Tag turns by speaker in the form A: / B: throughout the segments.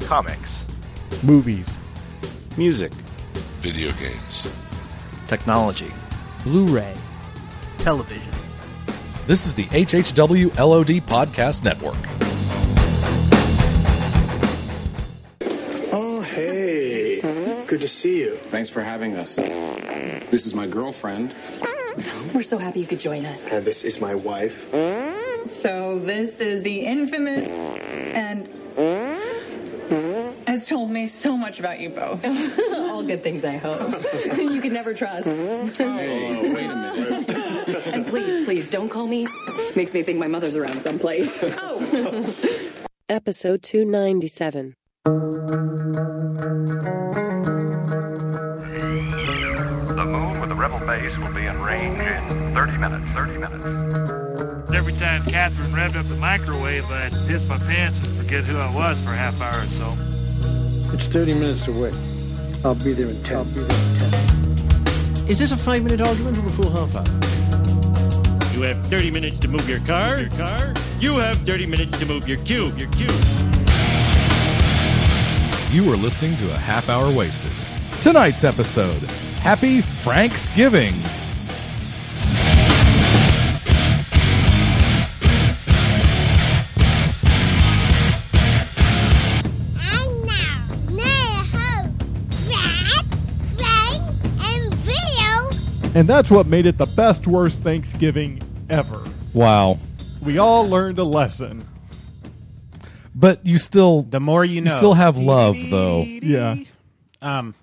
A: comics,
B: movies,
C: music,
D: video games,
E: technology,
F: Blu ray,
G: television.
H: This is the HHW LOD Podcast Network.
I: Oh, hey. Good to see you.
J: Thanks for having us. This is my girlfriend.
K: We're so happy you could join us.
I: And this is my wife.
L: So, this is the infamous and has told me so much about you both.
K: All good things, I hope. you can never trust.
J: Hey, Oh, wait a minute.
K: And please, please don't call me. Makes me think my mother's around someplace. Oh.
M: Episode 297.
N: The moon with the rebel base will be in range in 30 minutes. 30 minutes.
O: Every time Catherine revved up the microwave, I'd piss my pants and forget who I was for a half hour or so.
P: It's 30 minutes away. I'll be there in 10. I'll be there
Q: in 10. Is this a five minute argument or a full half hour?
R: You have 30 minutes to move your car. Your car. You have 30 minutes to move your cube. Your cube.
H: You are listening to a half hour wasted. Tonight's episode Happy Franksgiving.
B: And that's what made it the best worst Thanksgiving ever.
H: Wow.
B: We all learned a lesson.
H: But you still
S: The more you know.
H: You still have love though.
B: Yeah.
S: Um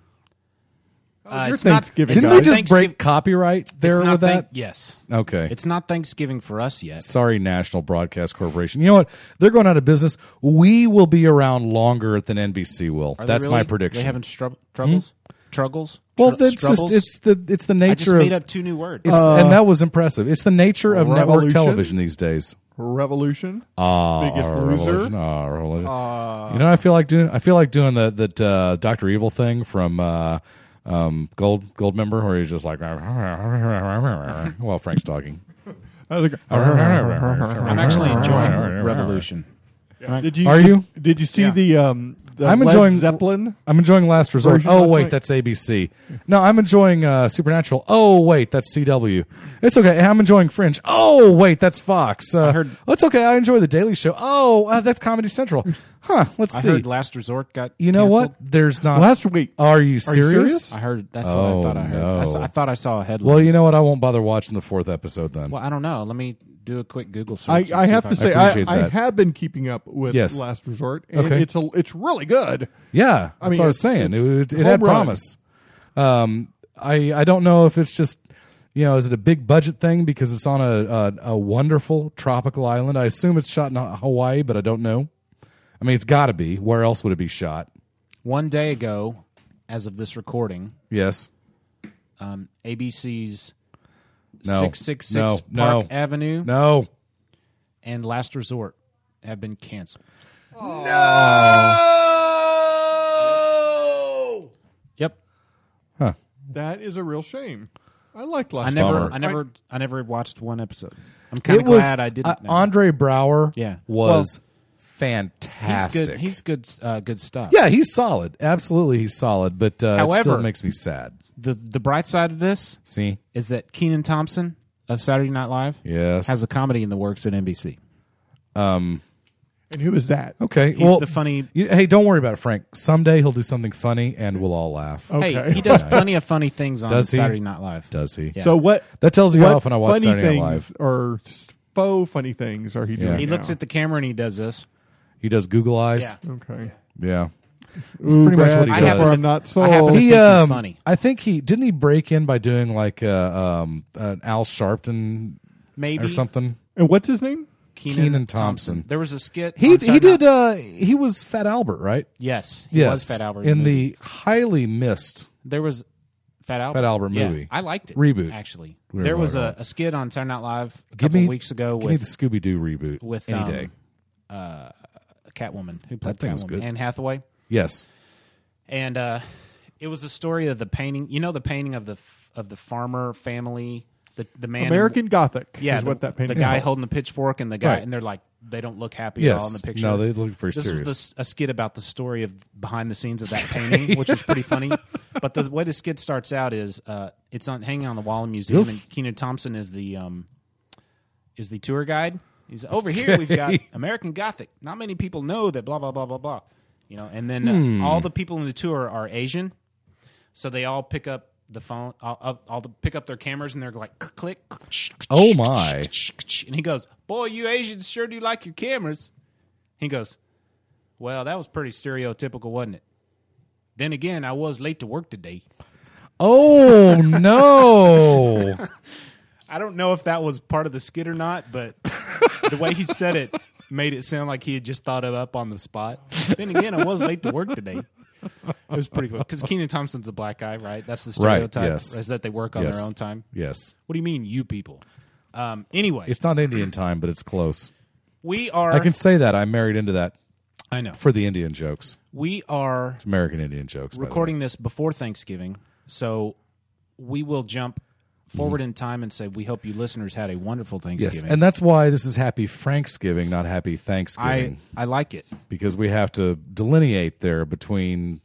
B: uh, it's Thanksgiving.
H: Not, didn't we just break copyright there
S: it's
H: with
S: not
H: that?
S: Thank- yes.
H: Okay.
S: It's not Thanksgiving for us yet.
H: Sorry, National Broadcast Corporation. You know what? They're going out of business. We will be around longer than NBC will.
S: Are they
H: That's
S: really-
H: my prediction.
S: They having strub- troubles? Truggles?
H: well,
S: Tru-
H: that's just
S: strubbles?
H: it's the it's the
S: I
H: nature
S: just
H: of
S: made up two new words.
H: it's- and that was impressive. It's the nature of network
B: Revolution?
H: television these days.
B: Revolution.
H: Ah,
B: Biggest
H: Revolution,
B: Loser.
H: ah, Revolution. you know, what I feel like doing. I feel like doing the that uh, Doctor Evil thing from uh, um, Gold Gold Member, where he's just like, well, Frank's talking.
B: I was like,
S: I'm actually enjoying Revolution.
B: Did you?
H: Are you?
B: Did you see
S: Yeah.
B: the um? The
H: I'm
B: Led
H: enjoying
B: Zeppelin.
H: I'm enjoying Last Resort.
B: Version
H: Oh
B: last
H: wait,
B: night.
H: that's ABC. No, I'm enjoying uh, Supernatural. Oh wait, that's CW. It's okay. I'm enjoying Fringe. Oh wait, that's Fox. Uh,
S: heard-
H: oh, it's okay. I enjoy The Daily Show. Oh, uh, that's Comedy Central. Huh? Let's
S: I
H: see.
S: heard Last Resort got.
H: you know
S: canceled.
H: what? There's not.
B: Last week.
H: Are you serious?
B: serious?
S: I heard. That's
H: Oh,
S: what I thought. I heard.
H: no.
S: I, saw, I thought I saw a headline.
H: Well, you know what? I won't bother watching the fourth episode then.
S: Well, I don't know. Let me do a quick Google search.
B: I,
S: and
B: I
S: see
B: have
S: if
B: to say I,
H: appreciate
B: I
H: that.
B: have been keeping up with
H: Yes.
B: Last Resort. And
H: Okay.
B: it's a, it's really good.
H: Yeah, that's
B: I mean,
H: what I was
B: it's-
H: saying. It,
B: it's
H: it, it
B: home
H: had
B: run.
H: promise. Um, I I don't know if it's just you know is it a big budget thing because it's on a a, a wonderful tropical island. I assume it's shot in Hawaii, but I don't know. I mean, it's got to be. Where else would it be shot?
S: one day ago, as of this recording,
H: Yes.
S: um, ABC's
H: No.
S: six six
H: No.
S: six Park
H: No.
S: Avenue
H: No.
S: and Last Resort have been canceled.
H: No.
S: Yep.
B: That is a real shame. I liked
S: I
B: Last.
S: never,
H: bummer.
S: I never, I never watched one episode. I'm kind
H: It
S: of
H: was.
S: glad I didn't.
H: uh,
S: know.
H: Andre Brower.
S: Yeah.
H: Was
S: he's
H: fantastic.
S: good. He's good. Uh, good stuff.
H: yeah, he's solid. Absolutely, he's solid. But uh, it still
S: However-
H: makes me sad.
S: The the bright side of this
H: See.
S: is that Keenan Thompson of Saturday Night Live
H: Yes.
S: has a comedy in the works at NBC.
B: And who is that?
H: Okay.
S: He's
H: well,
S: the funny.
H: you- hey, don't worry about it, Frank. Someday he'll do something funny, and we'll all laugh.
S: Hey, he does plenty of funny things on
H: Does he?
S: Saturday Night Live.
H: Does he?
S: Yeah.
B: So what?
H: That tells you
B: what
H: how often I watch
B: funny
H: Saturday Night
B: things
H: Live.
B: or s- faux funny things are he doing?
S: He looks
B: now?
S: at the camera and he does this.
H: He does Google Eyes.
B: Okay.
H: Yeah.
B: That's
H: pretty much what he
B: I
H: does.
B: Have, I'm not
S: I have-
B: sold.
S: He-
H: He,
S: think he's
H: um,
S: funny.
H: I think he didn't he break in by doing like uh, um, an Al Sharpton
S: Maybe
H: or something.
B: and what's his name?
H: Kenan Thompson.
S: There was a skit.
H: He
S: on
H: he
S: Saturday
H: did.
S: Night-
H: Uh, he was Fat Albert, right?
S: yes, he
H: yes,
S: was Fat Albert
H: in
S: movie.
H: the highly missed.
S: There was Fat Albert.
H: Fat Albert
S: Yeah,
H: movie.
S: I liked it.
H: Reboot.
S: Actually,
H: We were
S: there was
H: talking
S: a,
H: about
S: a skit on Saturday Night Live a
H: Give
S: couple
H: me
S: weeks ago
H: give
S: with
H: me the Scooby Doo reboot
S: with
H: any
S: um,
H: day.
S: uh, Catwoman who played
H: thing was
S: Catwoman,
H: good.
S: Anne Hathaway,
H: Yes.
S: and uh, it was a story of the painting. You know the painting of the f- of the farmer family, the the man
B: American Gothic.
S: yeah,
B: is
S: the,
B: what that painting.
S: the guy
B: is.
S: holding the pitchfork and the guy,
H: Right.
S: and they're like they don't look happy at
H: Yes.
S: all in the picture.
H: No, they look very
S: this
H: serious.
S: Was the, a skit about the story of behind the scenes of that painting, which is pretty funny. But the way the skit starts out is uh, it's on hanging on the wall in a museum,
H: Yes.
S: and Keenan Thompson is the um, is the tour guide. He's over here. We've got
H: Okay.
S: American Gothic. Not many people know that. Blah blah blah blah blah. You know, and then uh,
H: Hmm.
S: all the people in the tour are Asian, so they all pick up the phone. All, all, all the pick up their cameras and they're like click, click, click, shh,
H: Oh my!
S: and he goes, "Boy, you Asians sure do like your cameras." He goes, "Well, that was pretty stereotypical, wasn't it?" Then again, I was late to work today.
H: Oh no!
S: I don't know if that was part of the skit or not, but the way he said it made it sound like he had just thought it up on the spot. Then again, I was late to work today. It was pretty funny because Keenan Thompson's a black guy, right? That's the
H: Right,
S: stereotype
H: yes.
S: is that they work on
H: Yes.
S: their own time.
H: Yes.
S: What do you mean, you people? Um, anyway,
H: It's not Indian time, but it's close.
S: we are.
H: I can say that I married into that.
S: I know
H: for the Indian jokes.
S: we are
H: It's American Indian jokes. by the way.
S: recording this before Thanksgiving, so we will jump forward in time and say we hope you listeners had a wonderful Thanksgiving.
H: Mm-hmm. Yes, and that's why this is Happy Franksgiving, not Happy
S: I
H: Thanksgiving,
S: I like it.
H: because we have to delineate there between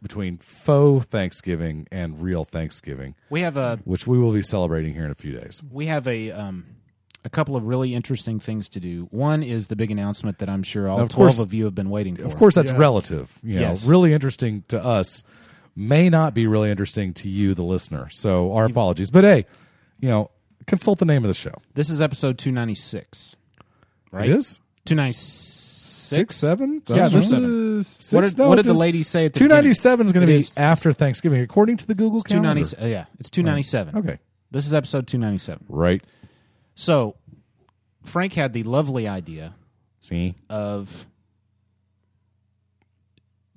H: between faux Thanksgiving and real Thanksgiving.
S: We have a
H: which we will be celebrating here in a few days.
S: We have a um, a couple of really interesting things to do. One is the big announcement that I'm sure all
H: Of
S: twelve
H: course-
S: of you have been waiting for.
H: Of course, that's relative. You know,
S: Yes.
H: really interesting to us may not be really interesting to you, the listener. So our apologies, but hey, you know, consult the name of the show.
S: This is episode 296. Right?
H: It is?
S: 296?
H: seven?
S: Yeah,
H: Seven.
S: there's seven.
H: Six?
S: what did,
H: No,
S: what
H: it
S: did the
H: is-
S: lady say at the
H: 297 is going to
S: It
H: be
S: is-
H: after Thanksgiving, according to the Google calendar.
S: 297. yeah, it's 297.
H: Okay.
S: This is episode 297.
H: Right.
S: So, Frank had the lovely idea
H: See?
S: of.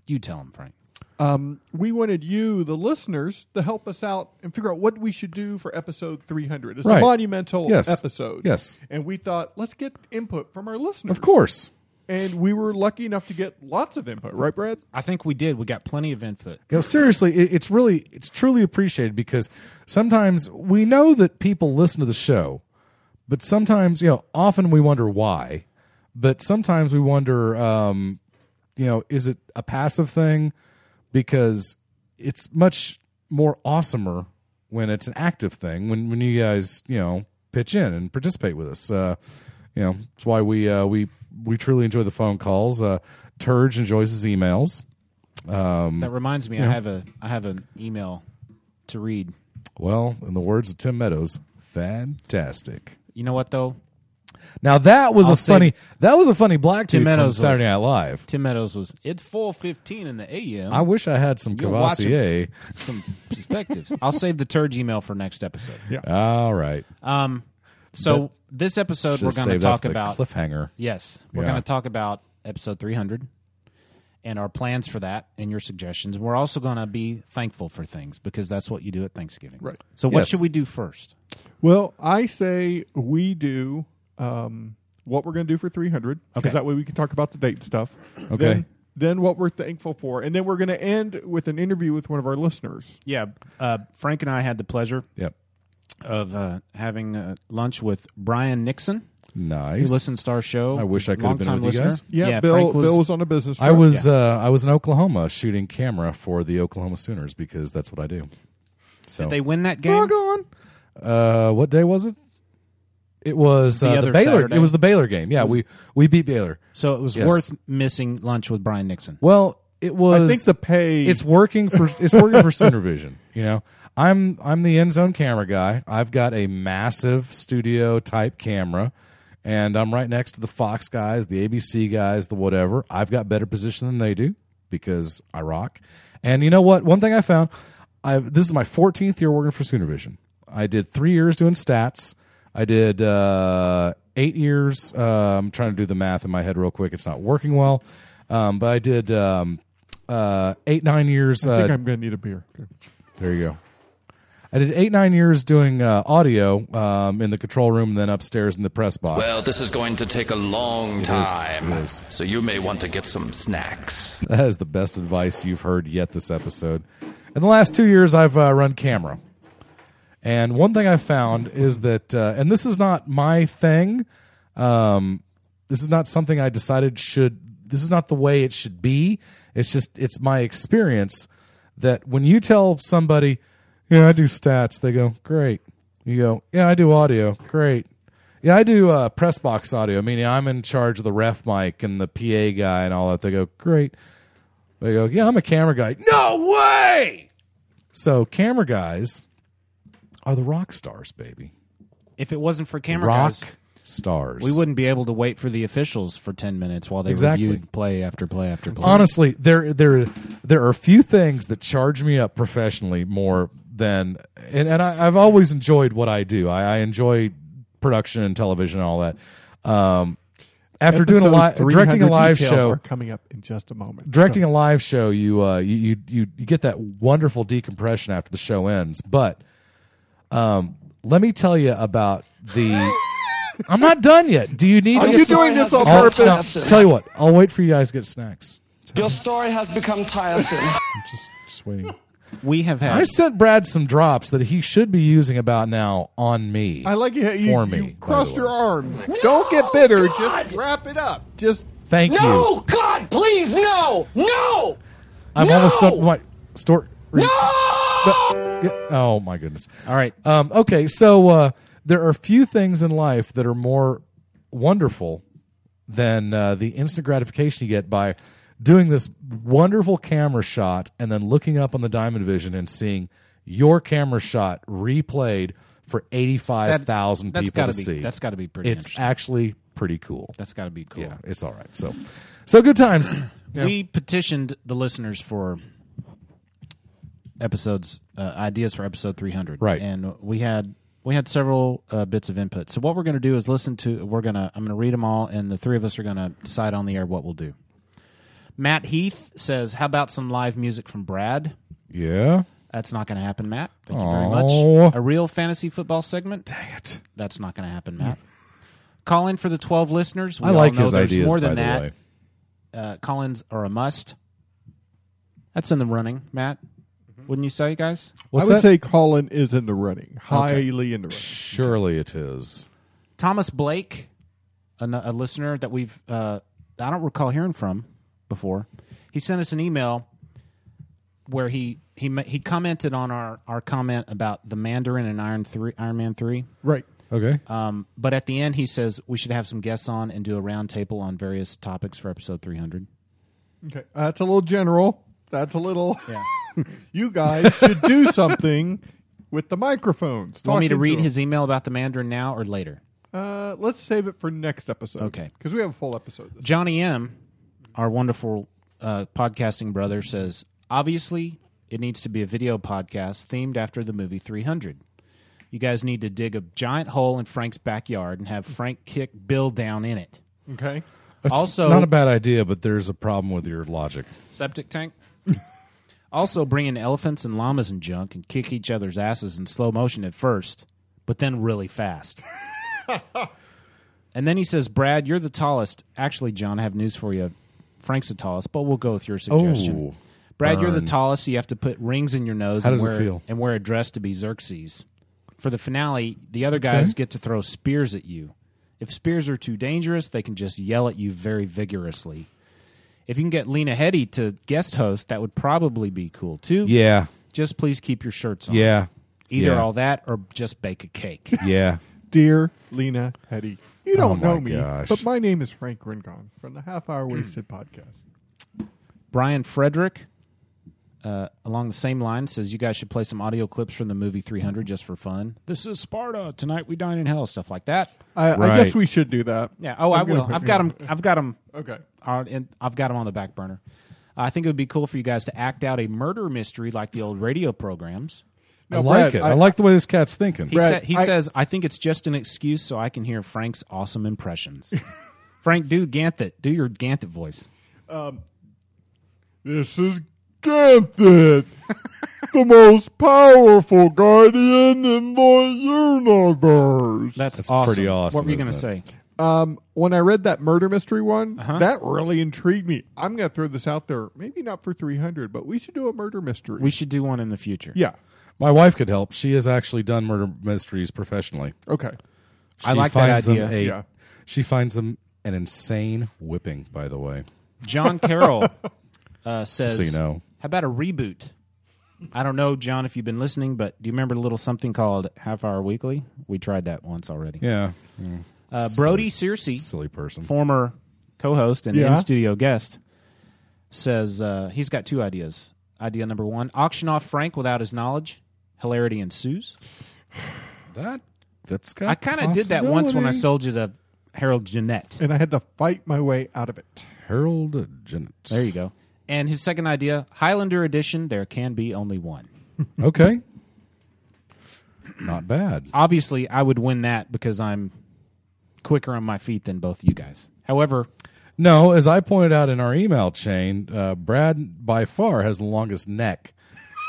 S: You tell him, Frank.
B: Um, we wanted you, the listeners, to help us out and figure out what we should do for episode 300. It's
H: Right.
B: a monumental
H: Yes.
B: episode.
H: Yes.
B: And we thought, let's get input from our listeners.
H: Of course.
B: And we were lucky enough to get lots of input, right, Brad?
S: I think we did. We got plenty of input.
H: You know, seriously, it, it's really, it's truly appreciated because sometimes we know that people listen to the show, but sometimes, you know, often we wonder why, but sometimes we wonder, um, you know, is it a passive thing? Because it's much more awesomer when it's an active thing, when, when you guys, you know, pitch in and participate with us. Uh, you know, it's why we, uh, we, we truly enjoy the phone calls. Uh, Turge enjoys his emails. Um,
S: That reminds me,
H: you know.
S: I have a I have an email to read.
H: Well, in the words of Tim Meadows, fantastic.
S: You know what though?
H: Now that was
S: I'll
H: a
S: say-
H: funny that was a funny black
S: Tim
H: dude from
S: Meadows
H: Saturday
S: was-
H: Night Live.
S: Tim Meadows was. It's four fifteen in the a.m.
H: I wish I had some
S: You're watching
H: Cavassier.
S: Some perspectives. I'll save the Turge email for next episode.
H: All right.
S: Um. So this episode we're
H: Should've
S: going to
H: saved that
S: talk
H: for the
S: about
H: cliffhanger.
S: Yes, we're
H: Yeah.
S: going to talk about episode three hundred and our plans for that and your suggestions. We're also going to be thankful for things because that's what you do at Thanksgiving.
B: Right.
S: So what
B: Yes.
S: should we do first?
B: Well, I say we do um, what we're going to do for 300 because
S: Okay.
B: that way we can talk about the date stuff.
H: Okay.
B: Then, then what we're thankful for, and then we're going to end with an interview with one of our listeners.
S: Yeah, uh, Frank and I had the pleasure.
H: Yep.
S: Of uh, having uh, lunch with Brian Nixon.
H: Nice.
S: Who listens to our show?
H: I wish I could have been
S: Longtime
H: with you guys.
S: listener. Frank
H: I was uh, I was in Oklahoma shooting camera for the Oklahoma Sooners because that's what I do. So
S: Did they win that game?
H: Uh, what day was it? It was
S: The
H: uh,
S: other
H: the Baylor.
S: Saturday.
H: It was the Baylor game. Yeah,
S: It was-
H: we we beat Baylor.
S: So it was
H: Yes.
S: worth missing lunch with Brian Nixon.
H: Well, it was.
S: think the pay-
H: It's working for it's working for Sooner Vision. You know, I'm I'm the end zone camera guy. I've got a massive studio type camera, and I'm right next to the Fox guys, the ABC guys, the whatever. I've got better position than they do because I rock. And you know what? One thing I found, I this is my 14th year working for Sooner Vision. I did three years doing stats. I did uh, eight years. Uh, I'm trying to do the math in my head real quick. It's not working well, um, but I did um, uh, eight nine years.
B: I think
H: uh,
B: I'm going to need a beer.
H: there you go. I did eight nine years doing uh, audio um, in the control room, and then upstairs in the press box.
N: Well, this is going to take a long
H: It is,
N: time.
H: it
N: So you may want to get some snacks.
H: That is the best advice you've heard yet this episode. In the last two years, I've uh, run camera. And one thing I found is that, uh, and this is not my thing, um, This is not something I decided should. This is not the way it should be. It's just it's my experience that when you tell somebody, yeah, I do stats, they go great. You go, yeah, I do audio, great. Yeah, I do uh, press box audio, meaning I'm in charge of the ref mic and the PA guy and all that. They go, great. They go, yeah, I'm a camera guy. No way. So camera guys are the rock stars, baby.
S: If it wasn't for camera
H: rock
S: guys,
H: stars,
S: we wouldn't be able to wait for the officials for ten minutes while they
H: Exactly.
S: reviewed play after play after play.
H: Honestly, there there there are few things that charge me up professionally more than and, and I, I've always enjoyed what I do. I, I enjoy production and television and all that. Um, after doing a live
B: Episode
H: directing a
B: 300
H: live
B: details
H: show
B: are coming up in just a moment.
H: directing a live show you uh you you you, you get that wonderful decompression after the show ends but um let me tell you about the i'm not done yet do you need
E: Are
H: to
E: you
H: get some-
E: doing this on
H: I'll-
E: purpose?
H: no, tell you what i'll wait for you guys to get snacks
E: Your story has become tiresome.
H: just just waiting
S: we have had
H: i sent brad some drops that he should be using about now on me
B: I like you. you
H: for
B: you
H: me by the
B: crossed
H: way.
B: your arms. Don't get bitter. Just wrap it up. Just
H: Thank you. No,
E: God, please, no, no.
H: i'm
E: No!
H: almost done with my story
E: No!
H: Yeah. Oh my goodness.
S: All right.
H: Um, okay. So uh, there are few things in life that are more wonderful than uh, the instant gratification you get by doing this wonderful camera shot and then looking up on the Diamond Vision and seeing your camera shot replayed for eighty five thousand
S: That- that's
H: people
S: gotta
H: to
S: be-
H: see.
S: that's gotta be pretty
H: It's
S: interesting.
H: actually pretty cool.
S: That's got to be cool.
H: Yeah, it's all right. So, so good times.
S: We petitioned the listeners for episodes uh, ideas for episode 300
H: Right.
S: and we had we had several uh, bits of input so what we're going to do is listen to we're going to i'm going to read them all and the three of us are going to decide on the air what we'll do matt heath says how about some live music from brad
H: yeah.
S: that's not going to happen matt thank you very
H: Aw.
S: much a real fantasy football segment
H: dang it
S: that's not going to happen matt call in for the 12 listeners we
H: I
S: all
H: like
S: know
H: his
S: there's
H: ideas,
S: more than
H: by the
S: that
H: way.
S: uh, Collins are a must. That's in the running, Matt. Wouldn't you say, guys?
B: I would say Colin is in the running, highly in the running.
H: Surely it is.
S: Thomas Blake, a, a listener that we've uh, I don't recall hearing from before. He sent us an email where he he ma- he commented on our our comment about the Mandarin and Iron Three Iron Man Three.
B: Right.
H: Okay.
B: Uh,
S: Um, but at the end, he says we should have some guests on and do a roundtable on various topics for episode three hundred.
B: Okay, that's a little general. That's a little.
S: Yeah.
B: you guys should do something with the microphones.
S: Want me to
B: Talking
S: read
B: 'em.
S: his email about the Mandarin now or later?
B: Uh, let's save it for next episode.
S: Okay.
B: Because we have a full episode. This
S: Johnny M, our wonderful uh, podcasting brother, says obviously it needs to be a video podcast themed after the movie 300. You guys need to dig a giant hole in Frank's backyard and have Frank kick Bill down in it.
B: Okay.
H: That's
S: also,
H: not a bad idea, but there's a problem with your logic.
S: septic tank. also, bring in elephants and llamas and junk and kick each other's asses in slow motion at first, but then really fast. and then he says, Brad, you're the tallest. Actually, John, I have news for you. Frank's the tallest, but we'll go with your suggestion.
H: Oh,
S: Brad, you're
H: burn.
S: the tallest. So you have to put rings in your nose
H: How
S: and,
H: does it
S: wear,
H: feel?
S: and wear a dress to be Xerxes. For the finale, the other guys
H: Okay.
S: get to throw spears at you. If spears are too dangerous, they can just yell at you very vigorously. If you can get Lena Headey to guest host, that would probably be cool too.
H: Yeah.
S: Just please keep your shirts on.
H: Yeah.
S: Either
H: Yeah.
S: all that or just bake a cake.
H: Yeah.
B: Dear Lena Hetty, you
H: Oh
B: don't
H: my
B: know me,
H: gosh.
B: but my name is Frank Rincon from the Half
S: Hmm.
B: Hour Wasted podcast.
S: Brian Frederick, uh, along the same line, says you guys should play some audio clips from the movie 300 just for fun. This is Sparta. Tonight we dine in hell. Stuff like that.
B: I, I guess we should do that.
S: Yeah. Oh, i
B: I'm gonna
S: will.
B: put-
S: I've got them. I've got them.
B: Okay.
S: and I've got them on the back burner. I think it would be cool for you guys to act out a murder mystery like the old radio programs.
H: I like it. I, like the way this cat's thinking.
S: He, sa- he says, "I think it's just an excuse so I can hear Frank's awesome impressions." Frank, do Ganthet. Do your Ganthet voice.
B: Um, this is Ganthet, the most powerful guardian in the universe.
S: That's,
H: awesome. pretty awesome,
S: What were you going to
H: isn't
S: say?
B: Um, when I read that murder mystery one,
S: Uh-huh.
B: that really intrigued me. I'm going to throw this out there. Maybe not for 300, but we should do a murder mystery.
S: We should do one in the future.
B: Yeah.
H: My wife could help. She has actually done murder mysteries professionally.
B: Okay.
H: She
S: I like that
H: finds them
S: idea.
H: a-
S: Yeah.
H: She finds them An insane whipping, by the way.
S: John Carroll uh, says,
H: so you know.
S: "How about a reboot?" I don't know, John, if you've been listening, but do you remember a little something called Half Hour Weekly? We tried that once already.
H: Yeah. Mm.
S: Uh, Brody Searcy,
H: silly person,
S: former co-host and
H: Yeah.
S: in-studio guest, says uh, he's got two ideas. Idea number one: auction off Frank without his knowledge. Hilarity ensues.
H: That that's got.
S: I kind of did that once when I
H: possibility.
S: sold you the Harold Jeanette.
B: And I had to fight my way out of it.
H: Harold Jeanette.
S: There you go. And his second idea: Highlander edition. There can be only one.
H: Okay. Not bad.
S: Obviously, I would win that because I'm quicker on my feet than both you guys. However,
H: No, as I pointed out in our email chain, uh, Brad by far has the longest neck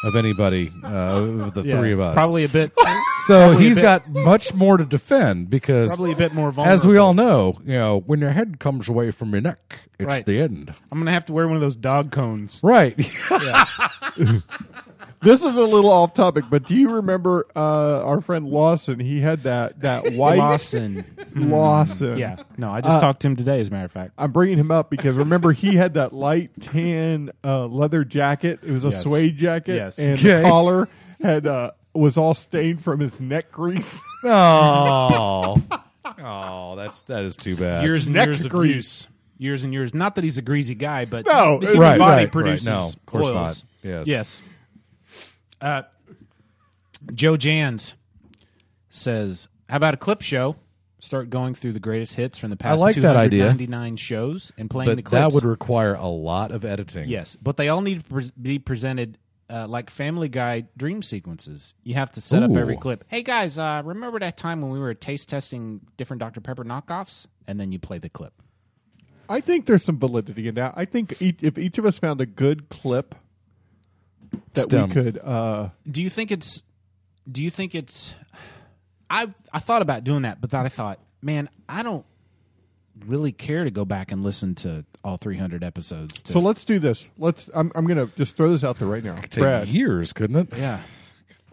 H: of anybody uh, of the
S: Yeah,
H: three of us.
S: probably a bit.
H: So
S: probably a
H: he's
S: bit-
H: got much more to defend because
S: Probably a bit more
H: As we all know, you know, when your head comes away from your neck, it's
S: Right.
H: the end.
S: I'm gonna have to wear one of those dog cones.
H: Right.
B: This is a little off topic, but do you remember uh, our friend Lawson? He had that that white
S: Lawson.
B: Lawson.
S: Yeah. No, I just
B: Uh,
S: talked to him today, as a matter of fact.
B: I'm bringing him up because remember he had that light tan uh, leather jacket. It was a
S: Yes.
B: suede jacket,
S: Yes.
B: and
H: Okay.
B: the collar had uh, was all stained from his neck grease.
H: Oh. oh, that's that is too bad.
S: years and
B: neck
S: years
B: grease.
S: of use. Years and years. Not that he's a greasy guy, but
B: No,
S: the human
H: right,
S: body
H: right, right.
S: produces
H: No, of course
S: oils.
H: not. Yes.
S: Yes. Uh, Joe Jans says, "How about a clip show? Start going through the greatest hits from the past
H: like that idea.
S: 299 shows and playing the
H: But that
S: clips.
H: would require a lot of editing.
S: yes, but they all need to pres be presented." Uh, like Family Guy dream sequences, you have to set up
H: Ooh.
S: every clip. Hey guys, uh, remember that time when we were taste testing different Dr Pepper knockoffs, and then you play the clip.
B: I think there's some validity in that. I think each, if each of us found a good clip that
H: Stem.
B: we could, uh,
S: do you think it's do you think it's i i thought about doing that but then i thought man i don't really care to go back and listen to all 300 episodes to,
B: so let's do this. Let's. I'm, I'm gonna just throw this out there right now,
H: Could take
B: Brad.
H: years, couldn't it?
S: yeah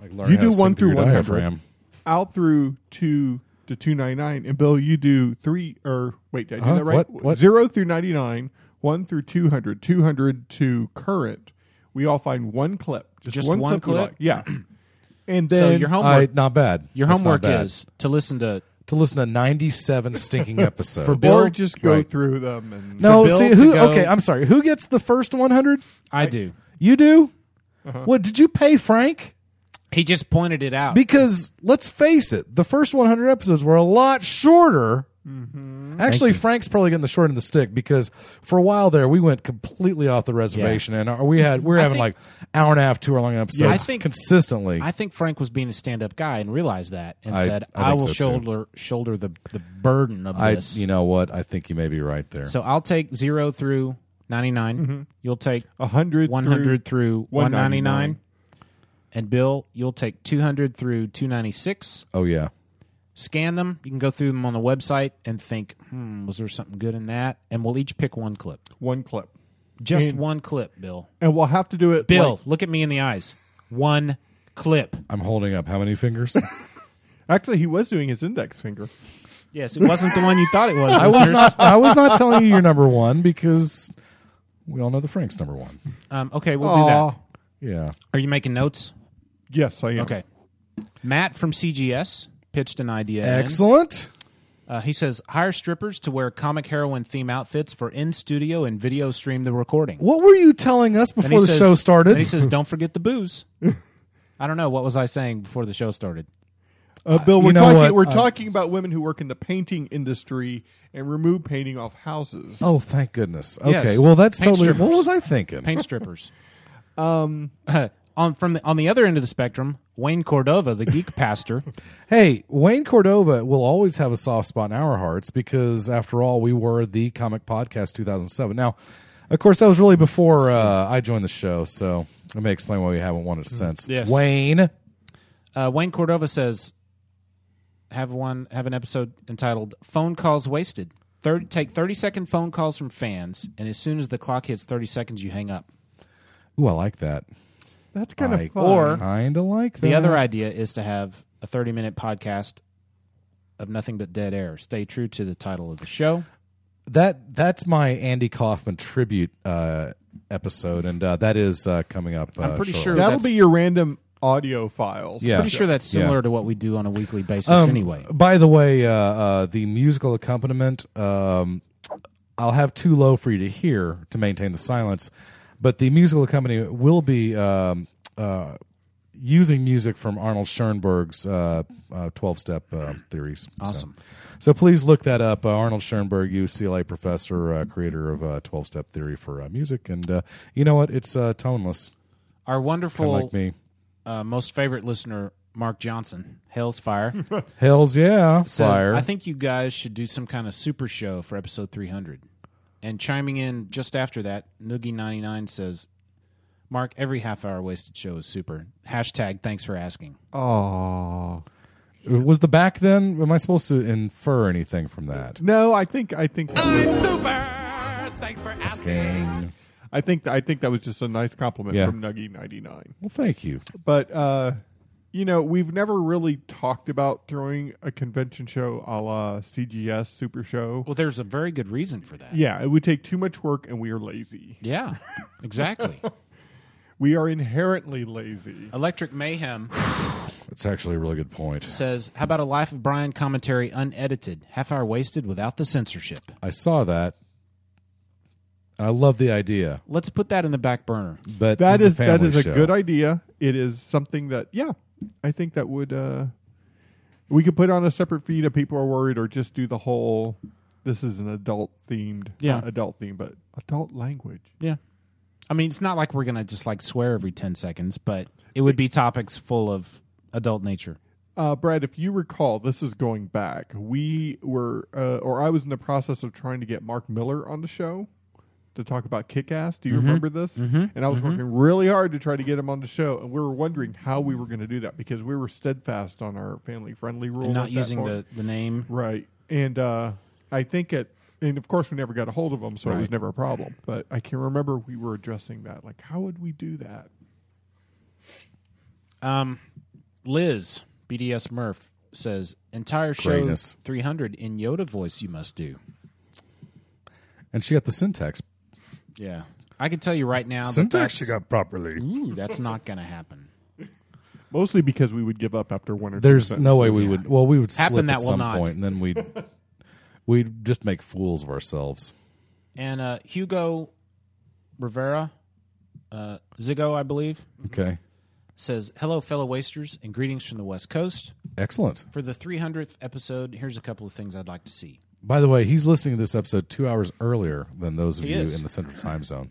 H: Like learn
B: you
H: how to
B: do
H: sing
B: one through
H: your
B: one
H: diaphragm.
B: hundred, out through two to two ninety nine, and Bill, you do three or wait, did I do
H: Huh?
B: that right?
H: What? What?
B: Zero through ninety nine, one through 200, 200 to current. We all find one clip, just,
S: Just
B: one,
S: one
B: clip, we
S: clip?
B: like. yeah. And then
S: so your homework
H: I, not bad.
S: your
H: That's not
S: homework
H: bad.
S: is to listen to
H: to listen to 97 stinking episodes.
S: For Bill-
B: or just go
H: Right.
B: through them. And
H: No,
S: for Bill
H: see
S: to
H: who
S: go-
H: Okay, I'm sorry. Who gets the first 100?
S: i do
H: You do?
S: Uh-huh.
H: What did you pay Frank?
S: he just pointed it out
H: Because let's face it, the first 100 episodes were a lot shorter.
S: Mm-hmm.
H: Actually, Frank's probably getting the short end of the stick because for a while there, we went completely off the reservation, and our- we had we were
S: I
H: having
S: think-
H: like hour and a half, two hour long episodes
S: I think-
H: consistently.
S: i think frank was being a stand-up guy and realized that and
H: I-
S: said
H: I
S: i,
H: think so,
S: will
H: too.
S: shoulder shoulder the, the burden of
H: I,
S: this
H: you know what? I think you may be right there.
S: so i'll take 0 through 99
H: Mm-hmm.
S: you'll take
B: 100,
S: 100
B: through
S: through
B: 199.
S: 199. And Bill, you'll take 200 through 296.
H: oh yeah,
S: Scan them. You can go through them on the website and think, hmm, was there something good in that? And we'll each pick one clip.
B: one clip.
S: Just
B: And-
S: one clip, Bill.
B: And we'll have to do it.
S: Bill,
B: like-
S: look at me in the eyes. One clip.
H: I'm holding up how many fingers?
B: actually, he was doing his index finger.
S: Yes, it wasn't the one you thought it was.
H: I was not. I was not telling you you're number one because we all know the Frank's number one.
S: Um, okay, we'll
B: Aw.
S: do
H: Yeah.
S: that. Are you making notes?
B: Yes, I am.
S: Okay. Matt from CGS pitched an idea. in.
H: Excellent.
S: Uh, he says hire strippers to wear comic heroine theme outfits for in studio and video stream the recording.
H: What were you telling us
S: Then
H: before the
S: he says-
H: show
S: then he
H: started?
S: says, "Don't forget the booze." I don't know what was I saying before the show started.
B: Uh, Bill,
H: you
B: we're
H: know
B: talking
H: what?
B: we're
H: Uh,
B: talking about women who work in the painting industry and remove painting off houses.
H: Oh, thank goodness. Okay.
S: Yes.
H: Well, that's
S: Paint
H: totally. What
S: strippers.
H: was I thinking?
S: Paint strippers. um, on from the on the other end of the spectrum, Wayne Cordova, the geek pastor,
H: Hey, Wayne Cordova will always have a soft spot in our hearts because, after all, we were the Comic Podcast 2007. Now, of course, that was really before uh, I joined the show, so I may explain why we haven't won it since.
S: Yes.
H: Wayne.
S: uh, Wayne Cordova says, "Have one have an episode entitled Phone Calls Wasted." Third, take thirty second phone calls from fans, and as soon as the clock hits thirty seconds, you hang up.
H: Ooh, I like that.
B: That's kind of
H: I
B: fun.
S: Or-
H: kind of like that.
S: The other idea is to have a 30 minute podcast of nothing but dead air. Stay true to the title of the show.
H: that that's my Andy Kaufman tribute uh, episode, and uh, that is uh, coming up.
S: I'm pretty
H: shortly.
S: sure
B: That'll
S: that's-
B: be your random audio files.
H: Yeah.
S: Pretty sure that's similar
H: Yeah.
S: to what we do on a weekly basis
H: Um,
S: anyway.
H: By the way, uh, uh, the musical accompaniment, um, I'll have too low for you to hear to maintain the silence, but the musical accompaniment will be um, uh, using music from Arnold Schoenberg's uh, uh, 12-step uh, theories. So-
S: Awesome.
H: So, please look that up. Uh, Arnold Schoenberg, UCLA professor, uh, creator of uh, 12-step theory for uh, music. And uh, you know what? It's uh, toneless.
S: Our wonderful
H: Kinda like me.
S: Uh, most favorite listener, Mark Johnson, Hell's Fire.
H: Hells yeah,
S: says,
H: fire.
S: I think you guys should do some kind of super show for episode 300. And chiming in just after that, Noogie99 says, Mark, every half hour wasted show is super. Hashtag thanks for asking.
H: Oh. Was the back then? Am I supposed to infer anything from that?
B: No, I think I think
H: Asking.
B: I think I think that was just a nice compliment
H: Yeah.
B: from Nuggy ninety nine.
H: Well, thank you.
B: But uh, you know, we've never really talked about throwing a convention show a la CGS Super Show.
S: Well, there's a very good reason for that.
B: Yeah, it would take too much work, and we are lazy.
S: Yeah, exactly.
B: we are inherently lazy.
S: Electric Mayhem
H: That's actually a really good point.
S: says, How about a Life of Brian commentary unedited? Half hour wasted without the censorship.
H: I saw that. I love the idea,
S: Let's put that in the back burner.
H: but
B: That
H: this
B: is that
H: family
B: is a
H: show.
B: good idea. It is something that yeah, I think that would uh, we could put on a separate feed if people are worried, or just do the whole. This is an adult themed,
S: Yeah.
B: not adult theme, but adult language.
S: Yeah. I mean, it's not like we're going to just like swear every 10 seconds, but it would be topics full of adult nature.
B: Uh, Brad, if you recall, this is going back. We were, uh, or I was in the process of trying to get Mark Miller on the show to talk about Kick Ass. Do you remember this?
S: Mhm.
B: And I was working really hard to try to get him on the show, and we were wondering how we were going to do that because we were steadfast on our family friendly rule,
S: And
B: at
S: not
B: that
S: using
B: point.
S: the, the name.
B: Right. And uh, I think it, and of course, we never got a hold of him, so it was
S: Right.
B: never a problem. But I can remember we were addressing that. Like, how would we do that?
S: Um, Liz, BDS Murph, says entire show
H: Greatness.
S: 300 in Yoda voice you must do.
H: and she got the syntax.
S: Yeah. I can tell you right now. that
H: syntax
S: that's-
H: she got properly.
S: Ooh, that's not going to happen.
B: Mostly because we would give up after one or two
H: There's no
B: sentences.
H: way we would. Well, we would
S: Happen
H: slip
S: that
H: at
S: will
H: some
S: not.
H: point, and then we would we would just make fools of ourselves.
S: And uh, Hugo Rivera, uh, Ziggo, I believe,
H: Okay,
S: says hello, fellow wasters, and greetings from the West Coast.
H: excellent.
S: For the 300th episode, here's a couple of things I'd like to see.
H: By the way, he's listening to this episode two hours earlier than those of
S: He
H: you
S: is.
H: in the Central Time Zone.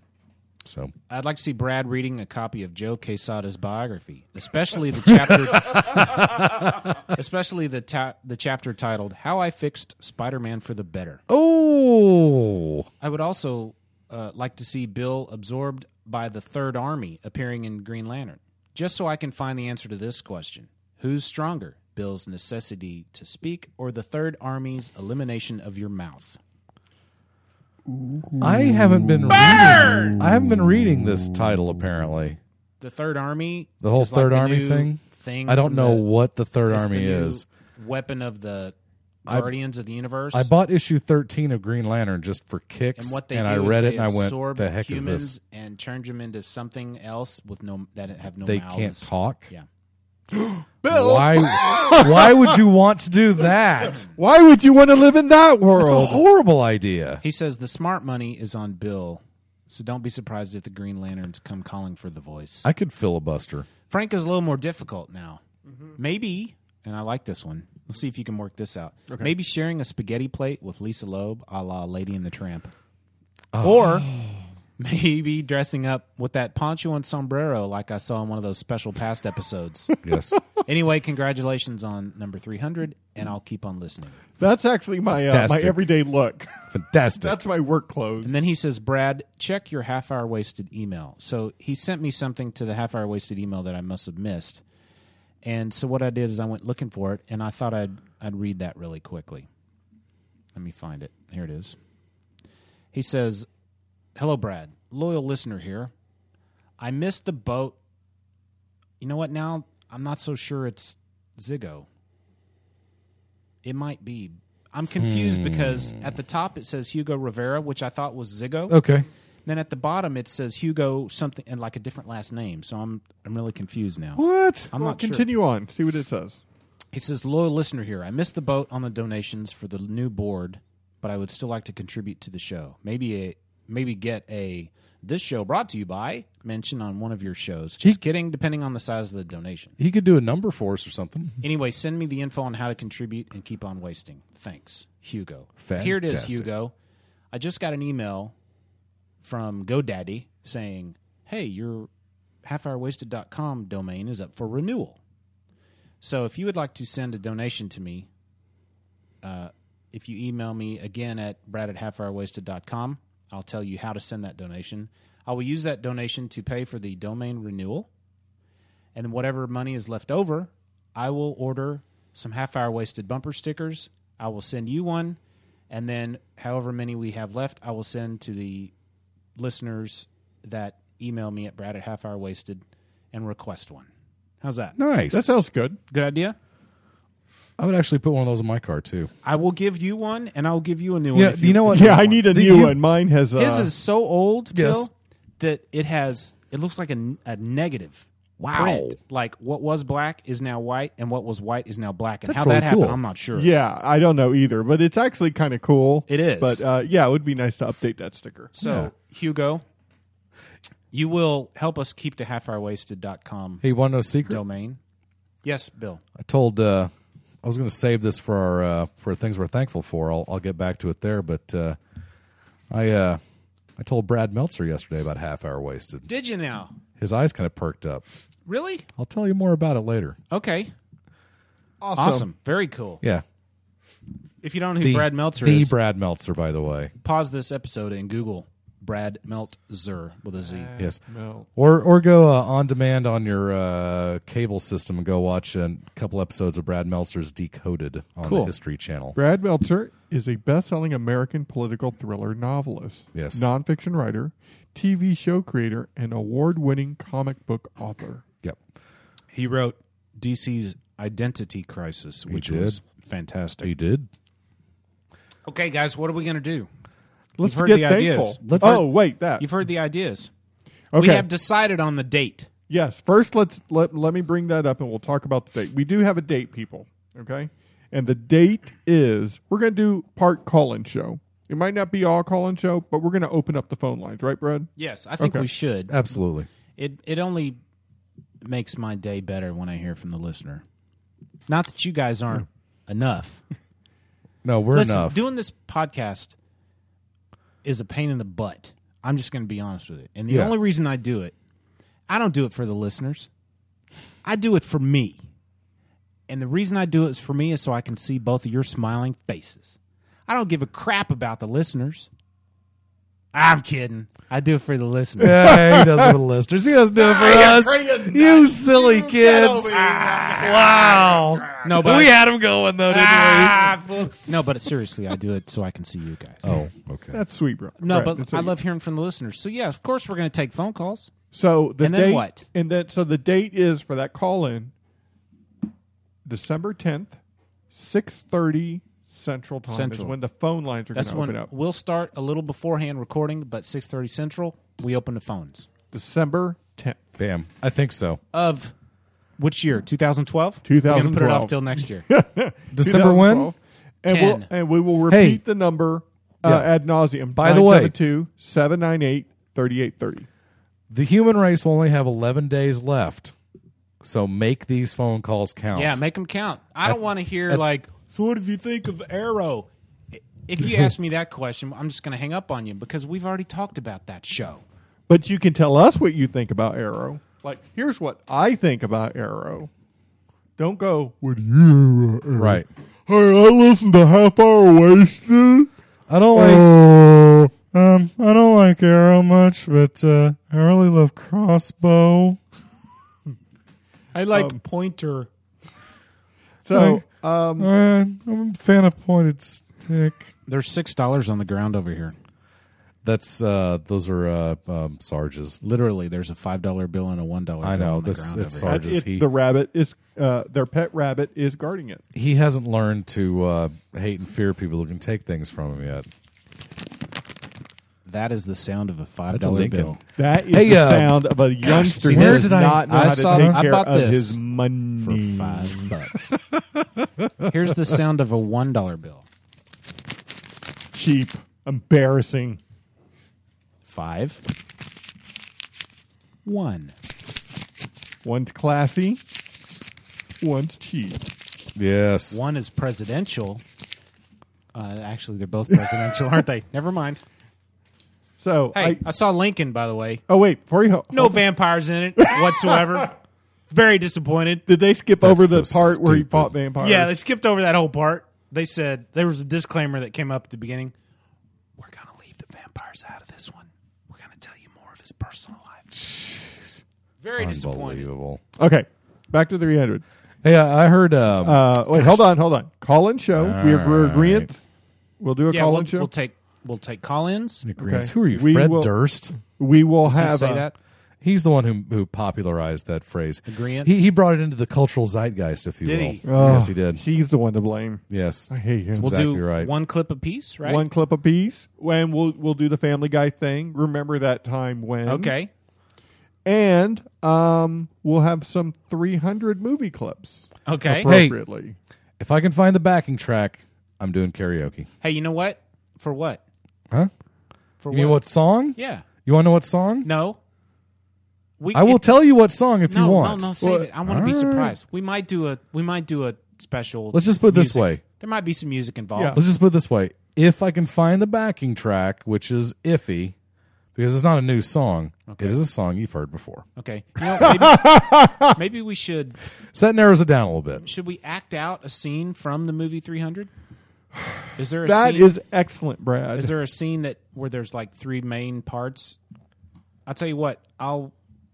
H: So
S: I'd like to see Brad reading a copy of Joe Quesada's biography, especially the chapter, especially the ta- the chapter titled "How I Fixed Spider-Man for the Better."
H: Oh,
S: I would also uh, like to see Bill absorbed by the Third Army appearing in Green Lantern, just so I can find the answer to this question: Who's stronger, Bill's necessity to speak or the Third Army's elimination of your mouth?
H: I haven't been reading. I haven't been reading this title apparently.
S: The Third Army,
H: The whole
S: is like
H: Third
S: the
H: Army
S: new
H: thing?
S: thing.
H: I don't
S: from
H: know
S: the-
H: what the Third
S: it's
H: Army
S: new
H: is.
S: Weapon of the
H: I-
S: Guardians of the Universe.
H: I bought issue 13 of Green Lantern just for kicks,
S: and
H: and,
S: what they
H: I
S: do is
H: read it
S: they
H: and I went,
S: absorb
H: "The heck is
S: humans
H: this?"
S: And turn them into something else with no that have no.
H: They
S: mouths.
H: can't talk?
S: Yeah,
B: Bill!
H: Why? why would you want to do that?
B: Why would you want to live in that world?
H: It's a horrible idea.
S: he says the smart money is on Bill, so don't be surprised if the Green Lanterns come calling for the voice.
H: I could filibuster.
S: Frank is a little more difficult now. Maybe, and I like this one. Let's see if you can work this out. Maybe sharing a spaghetti plate with Lisa Loeb, a la Lady and the Tramp,
H: Oh,
S: or maybe dressing up with that poncho and sombrero like I saw in one of those special past episodes.
H: Yes,
S: anyway, congratulations on number 300, and I'll keep on listening.
B: That's actually my uh, my
H: Fantastic.
B: everyday look.
H: fantastic.
B: That's my work clothes.
S: And then he says, Brad, check your half hour wasted email. So he sent me something to the half hour wasted email that I must have missed. And so what I did is I went looking for it, and I thought I'd, I'd read that really quickly. Let me find it. Here it is. He says, Hello, Brad. Loyal listener here. I missed the boat. You know what? Now I'm not so sure it's Ziggo. It might be. I'm confused because at the top it says Hugo Rivera, which I thought was Ziggo.
H: Okay.
S: Then at the bottom it says Hugo something and like a different last name. So I'm I'm really confused now.
B: What?
S: I'm
B: well,
S: not sure.
B: continue on. See what it says.
S: He says, "Loyal listener here, I missed the boat on the donations for the new board, but I would still like to contribute to the show. Maybe a maybe get a this show brought to you by mention on one of your shows. Just kidding, depending on the size of the donation.
H: He could do a number for us or something.
S: Anyway, send me the info on how to contribute and keep on wasting. Thanks, Hugo. Here it is,
H: Fantastic.
S: Hugo. I just got an email from GoDaddy saying, "Hey, your halfhourwasted.com domain is up for renewal. So if you would like to send a donation to me, uh, if you email me again at brad at halfhourwasted.com, I'll tell you how to send that donation. I will use that donation to pay for the domain renewal. And then whatever money is left over, I will order some half hour wasted bumper stickers. I will send you one. And then however many we have left, I will send to the listeners that email me at brad at half hour wasted and request one. How's that?
H: Nice.
B: That sounds good.
S: Good idea.
H: I would actually put one of those in my car too.
S: I will give you one, and I will give you a new
H: Yeah,
S: one. if
H: you know what?
B: Yeah, I need a
H: The-
B: new
H: you-
B: one. Mine has. Uh,
S: His is so old,
H: Yes.
S: Bill, that it has it looks like a, a negative.
H: Wow.
S: print. Like what was black is now white, and what was white is now black. And
H: That's
S: how that
H: really cool.
S: happened, I'm not sure.
B: Yeah, I don't know either, but it's actually kind of cool.
S: It is.
B: But uh, yeah, it would be nice to update that sticker.
S: So Hugo, you will help us keep the halfhourwasted.com
H: Hey, you want to know a secret?
S: domain. Yes, Bill.
H: I told uh, I was going to save this for our uh, for things we're thankful for. I'll, I'll get back to it there, but uh, I uh, I told Brad Meltzer yesterday about half hour wasted.
S: Did you now?
H: His eyes kind of perked up.
S: Really?
H: I'll tell you more about it later.
S: Okay.
B: Awesome.
S: Very cool.
H: Yeah,
S: If you don't know who Brad Meltzer
H: the
S: is,
H: Brad Meltzer, by the way.
S: pause this episode and Google Brad Meltzer with a Z.
H: Yes.
B: No.
H: Or or go uh, on demand on your uh, cable system and go watch a couple episodes of Brad Meltzer's Decoded on the
S: Cool.
H: History Channel.
B: Brad Meltzer is a best-selling American political thriller novelist,
H: Yes.
B: nonfiction writer, TV show creator, and award-winning comic book author.
H: Yep.
S: He wrote DC's Identity Crisis, which
H: did.
S: was fantastic.
H: He did.
S: Okay, guys, what are we going to do?
B: Let's
S: You've heard
B: get
S: the
B: thankful.
S: ideas.
H: Let's-
B: oh wait, that
S: You've heard the ideas. We
B: Okay.
S: have decided on the date.
B: Yes. First, let's let let me bring that up, and we'll talk about the date. We do have a date, people. Okay, and the date is we're going to do part call-in show. It might not be all call-in show, but we're going to open up the phone lines, right, Brad?
S: Yes, I think
B: Okay. Uh,
S: we should.
H: Absolutely.
S: It it only makes my day better when I hear from the listener. Not that you guys aren't enough.
H: No, we're
S: Listen,
H: enough.
S: doing this podcast is a pain in the butt. I'm just going to be honest with it. And the
H: Yeah.
S: only reason I do it, I don't do it for the listeners. I do it for me. And the reason I do it is for me is so I can see both of your smiling faces. I don't give a crap about the listeners. I'm kidding. I do it for the listeners.
H: yeah, he does it for the listeners. He doesn't do it for us. You silly kids. wow.
S: Ah. No, but Ah.
H: we had him going though, didn't
S: no, but seriously, I do it so I can see you guys.
H: we? Ah, Oh, okay.
B: That's sweet, bro.
S: No,
B: Brad, that's
S: but I
B: sweet.
S: love hearing from the listeners. So yeah, of course we're going to take phone calls.
B: So the
S: And
B: date,
S: then what?
B: And then so the date is for that call in December tenth, six thirty Central Time
S: Central.
B: is when the phone lines are going
S: That's
B: to
S: when
B: open up.
S: we'll start a little beforehand recording, but 6:30 Central, we open the phones.
B: December tenth.
H: Bam. I think so.
S: Of which year? 2012? We're gonna put it
B: 2012.
S: off till next year.
H: December when?
B: And, we'll,
S: 10.
B: and we will repeat
H: Hey.
B: the number uh,
H: Yeah.
B: ad nauseum.
H: By the way-
B: 798 3830.
H: The human race will only have 11 days left. So make these phone calls count.
S: yeah, make them count. I don't want to hear like, so what did you think of Arrow? If you ask me that question, I'm just going to hang up on you because we've already talked about that show.
B: But you can tell us what you think about Arrow. Like, here's what I think about Arrow. Don't go, what do you think about Arrow?
H: right.
B: Hey, I listen to Half Hour Wasted.
H: I don't like um I don't like Arrow much, but uh, I really love Crossbow.
S: I like Pointer.
B: So, uh,
H: um I'm a fan of pointed stick.
S: There's six dollars on the ground over here.
H: That's uh, those are uh, um, Sarge's.
S: Literally, there's a five dollar bill and a one dollar.
H: I know this. It's Sarge's.
B: It, the rabbit is uh, their pet rabbit is guarding it.
H: He hasn't learned to uh, hate and fear people who can take things from him yet.
S: That is the sound of a five dollar bill.
B: That is hey, the uh, sound of a youngster gosh, where did I, not know I how saw, to take I care of his money
S: for five bucks. Here's the sound of a one dollar bill.
B: Cheap, embarrassing.
S: Five. One.
B: One's classy. One's cheap.
H: Yes.
S: One is presidential. Uh, actually, they're both presidential, aren't they? Never mind.
B: So
S: hey, I, I, saw Lincoln, by the way.
B: Oh wait, before you ho-
S: no vampires in it whatsoever. Very disappointed.
B: Did they skip That's over the so part stupid. where he fought vampires?
S: Yeah, they skipped over that whole part. They said there was a disclaimer that came up at the beginning. We're gonna leave the vampires out of this one. We're gonna tell you more of his personal life. Jeez. Very disappointing.
B: Okay, back to three hundred.
H: Hey, I heard. Um,
B: uh, wait, gosh. hold on, hold on. Call in show. All we are right. agreeing. We'll do a
S: yeah,
B: call in
S: we'll,
B: show.
S: We'll take We'll take call-ins.
H: Okay. Who are you, we Fred will, Durst?
B: We will
S: Does
B: have.
S: He
H: uh,
S: a, that?
H: He's the one who who popularized that phrase.
S: Agreeance?
H: He, he brought it into the cultural zeitgeist, if you
S: Did
H: will.
S: he?
B: Oh,
H: yes, he did.
B: He's the one to blame.
H: Yes,
B: I hate him.
H: That's
S: we'll
H: exactly
S: do
H: right.
S: one clip a piece, right?
B: One clip a piece, and we'll we'll do the Family Guy thing. Remember that time when?
S: Okay.
B: And um, we'll have some 300 movie clips.
S: Okay.
B: Appropriately. Hey,
H: if I can find the backing track, I'm doing karaoke.
S: Hey, you know what? For what?
H: Huh?
S: For
H: you mean what song?
S: Yeah.
H: You want to know what song?
S: No. We,
H: I will tell you what song if
S: no,
H: you want.
S: No, no, save well, it. I want to be surprised. We might do a we might do a special.
H: Let's just put it
S: music.
H: this way.
S: There might be some music involved.
H: Yeah. uh, Let's just put it this way. If I can find the backing track, which is iffy, because it's not a new song.
S: Okay.
H: It is a song you've heard before.
S: Okay. You know, maybe, maybe we should.
H: So that narrows it down a little bit.
S: Should we act out a scene from the movie 300? Is there a
B: That
S: scene,
B: is excellent, Brad.
S: Is there a scene that where there's like three main parts? I'll tell you what. I'll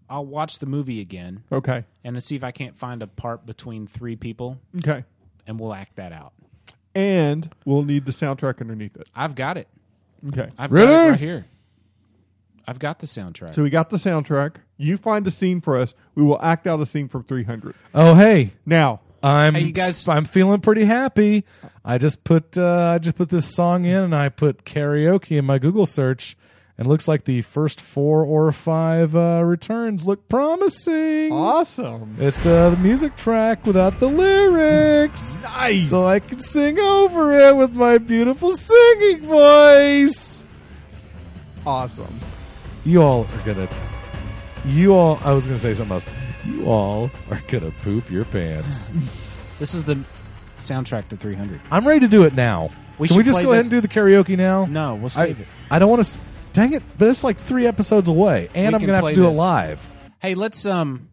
S: I'll watch the movie again.
B: Okay.
S: And to see if I can't find a part between three people.
B: Okay.
S: And we'll act that out.
B: And we'll need the soundtrack underneath it.
S: I've got it.
B: Okay.
S: I've
H: Really?
S: got it right here. I've got the soundtrack.
B: So we got the soundtrack. You find the scene for us. We will act out a scene from 300.
H: Oh hey.
B: Now,
H: I'm
S: Hey, you guys-
H: I'm feeling pretty happy. I just put uh, I just put this song in and I put karaoke in my Google search and it looks like the first four or five uh, returns look promising.
B: awesome.
H: It's uh, the music track without the lyrics.
B: Nice.
H: So I can sing over it with my beautiful singing voice.
B: Awesome.
H: You all are gonna you all I was gonna say something else. You all are gonna poop your pants.
S: This is the soundtrack to 300.
H: I'm ready to do it now.
S: We
H: Can we
S: should
H: just
S: play
H: go ahead
S: this-
H: and do the karaoke now?
S: No, we'll
H: I,
S: save it.
H: I don't want to. Dang it! But it's like three episodes away, and
S: We
H: I'm
S: can
H: gonna have
S: play
H: to do
S: this.
H: it live.
S: Hey, let's um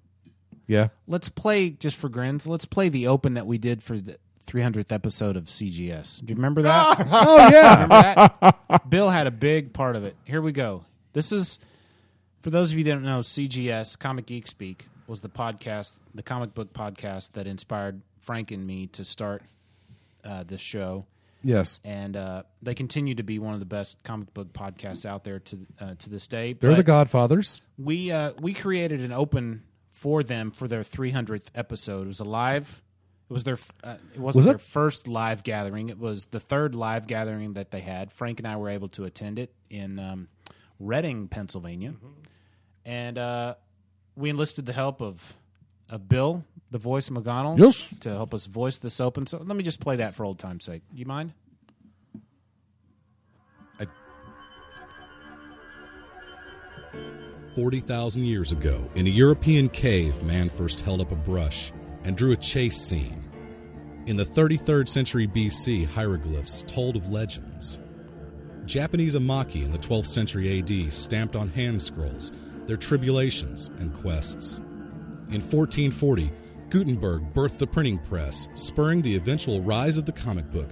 H: Yeah.
S: let's play just for grins. Let's play the open that we did for the 300th episode of CGS. Do you remember that?
H: Oh yeah.
S: that? Bill had a big part of it. Here we go. This is for those of you that don't know CGS Comic Geek Speak was the podcast, the comic book podcast that inspired Frank and me to start uh, this show.
H: yes.
S: And uh, they continue to be one of the best comic book podcasts out there to uh, to this day.
H: They're the
S: But-
H: Godfathers.
S: we uh, we created an open for them for their 300th episode. It was a live. It was their. Uh, it wasn't
H: Was
S: their
H: it?
S: first live gathering. It was the third live gathering that they had. Frank and I were able to attend it in um, Reading, Pennsylvania,
H: Mm-hmm.
S: and uh, we enlisted the help of of Bill, the voice of McGonnell,
H: Yes.
S: to help us voice this open. So let me just play that for old time's sake. You mind?
F: Forty thousand years ago, in a European cave, man first held up a brush and drew a chase scene. In the 33rd century BC, hieroglyphs told of legends. Japanese amaki in the 12th century AD stamped on hand scrolls their tribulations and quests. In 1440, Gutenberg birthed the printing press, spurring the eventual rise of the comic book.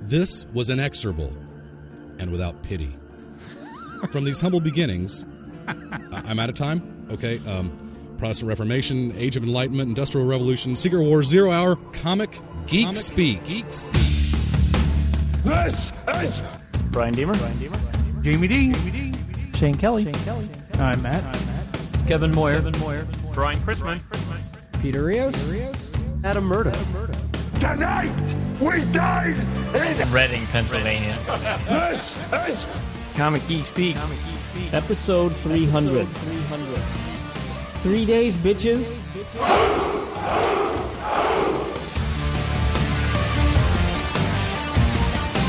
F: This was inexorable and without pity. From these humble beginnings, I- I'm out of time. Okay. Um, Protestant Reformation, Age of Enlightenment, Industrial Revolution, Secret War, Zero Hour, Comic Geek Speak. Geek Speak.
E: Brian Deemer. Brian Deemer. Brian Deemer.
G: Jamie D. Jamie D.
T: Shane Kelly.
G: Shane Kelly.
T: I'm Matt.
G: I'm Matt.
T: Kevin Moyer.
G: Kevin Moyer. Brian Chrisman.
T: Peter Rios.
G: Adam Murda.
U: Tonight we died in
T: Reading, Pennsylvania.
U: this is
G: Comic Geek Speak.
T: Episode 300. Three days, bitches.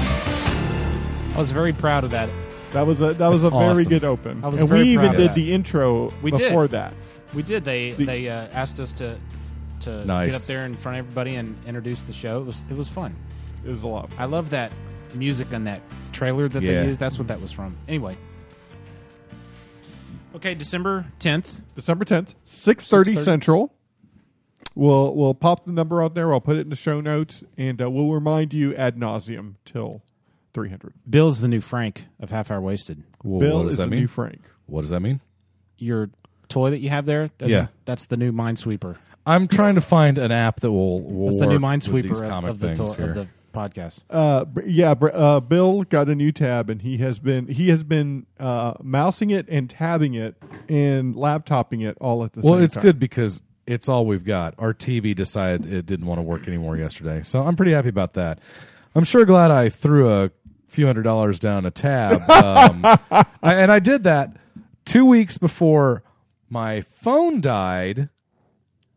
S: I was very proud of that.
B: That was a that was
S: That's
B: a very
S: awesome.
B: good open.
S: I was
B: and
S: very
B: we
S: proud
B: even
S: of
B: did
S: that.
B: the intro
S: We did.
B: before that.
S: We did. They
B: The-
S: they uh, asked us to to
H: Nice.
S: get up there in front of everybody and introduce the show. It was it was fun.
B: It was a lot. Of fun.
S: I love that music on that trailer that
H: Yeah.
S: they used. That's what that was from. Anyway. Okay, December tenth.
B: December tenth, six thirty
S: 6:30.
B: central. We'll we'll pop the number out there. I'll put it in the show notes, and uh, we'll remind you ad nauseum till three hundred.
S: Bill's the new Frank of Half Hour Wasted.
H: Well,
B: Bill
H: what does
B: is
H: that
B: the
H: mean?
B: new Frank.
H: What does that mean?
S: Your toy that you have there. That's,
H: Yeah.
S: that's the new Minesweeper.
H: I'm trying to find an app that will, will
S: That's the new
H: work with
S: Minesweeper
H: these
S: of,
H: comic
S: of the
H: things
S: to-
H: here.
S: of the podcast.
B: Uh, br- yeah, br- uh, Bill got a new tab, and he has been he has been uh, mousing it and tabbing it and laptopping it all at the
H: well,
B: same
H: it's
B: time.
H: good because it's all we've got. Our TV decided it didn't want to work anymore yesterday, so I'm pretty happy about that. I'm sure glad I threw a few hundred dollars down a tab, um, I, and I did that two weeks before my phone died.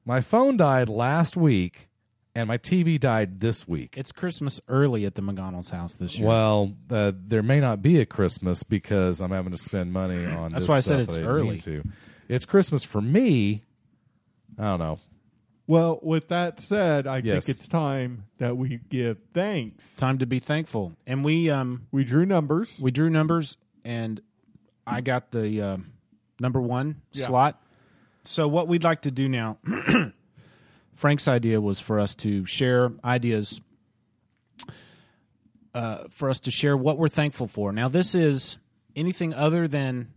H: My phone died last week, and my TV died this week.
S: It's Christmas early at the McDonald's house this year.
H: Well, uh, there may not be a Christmas because I'm having to spend money on.
S: That's
H: this
S: why I said
H: stuff
S: it's
H: that I didn't mean
S: early.
H: To. It's Christmas for me. I don't know.
B: Well, with that said, I
H: Yes.
B: think it's time that we give thanks.
S: Time to be thankful. And we um
B: We drew numbers.
S: we drew numbers and I got the um, number one
B: Yeah.
S: slot. So what we'd like to do now, Frank's idea was for us to share ideas, uh, for us to share what we're thankful for. Now this is anything other than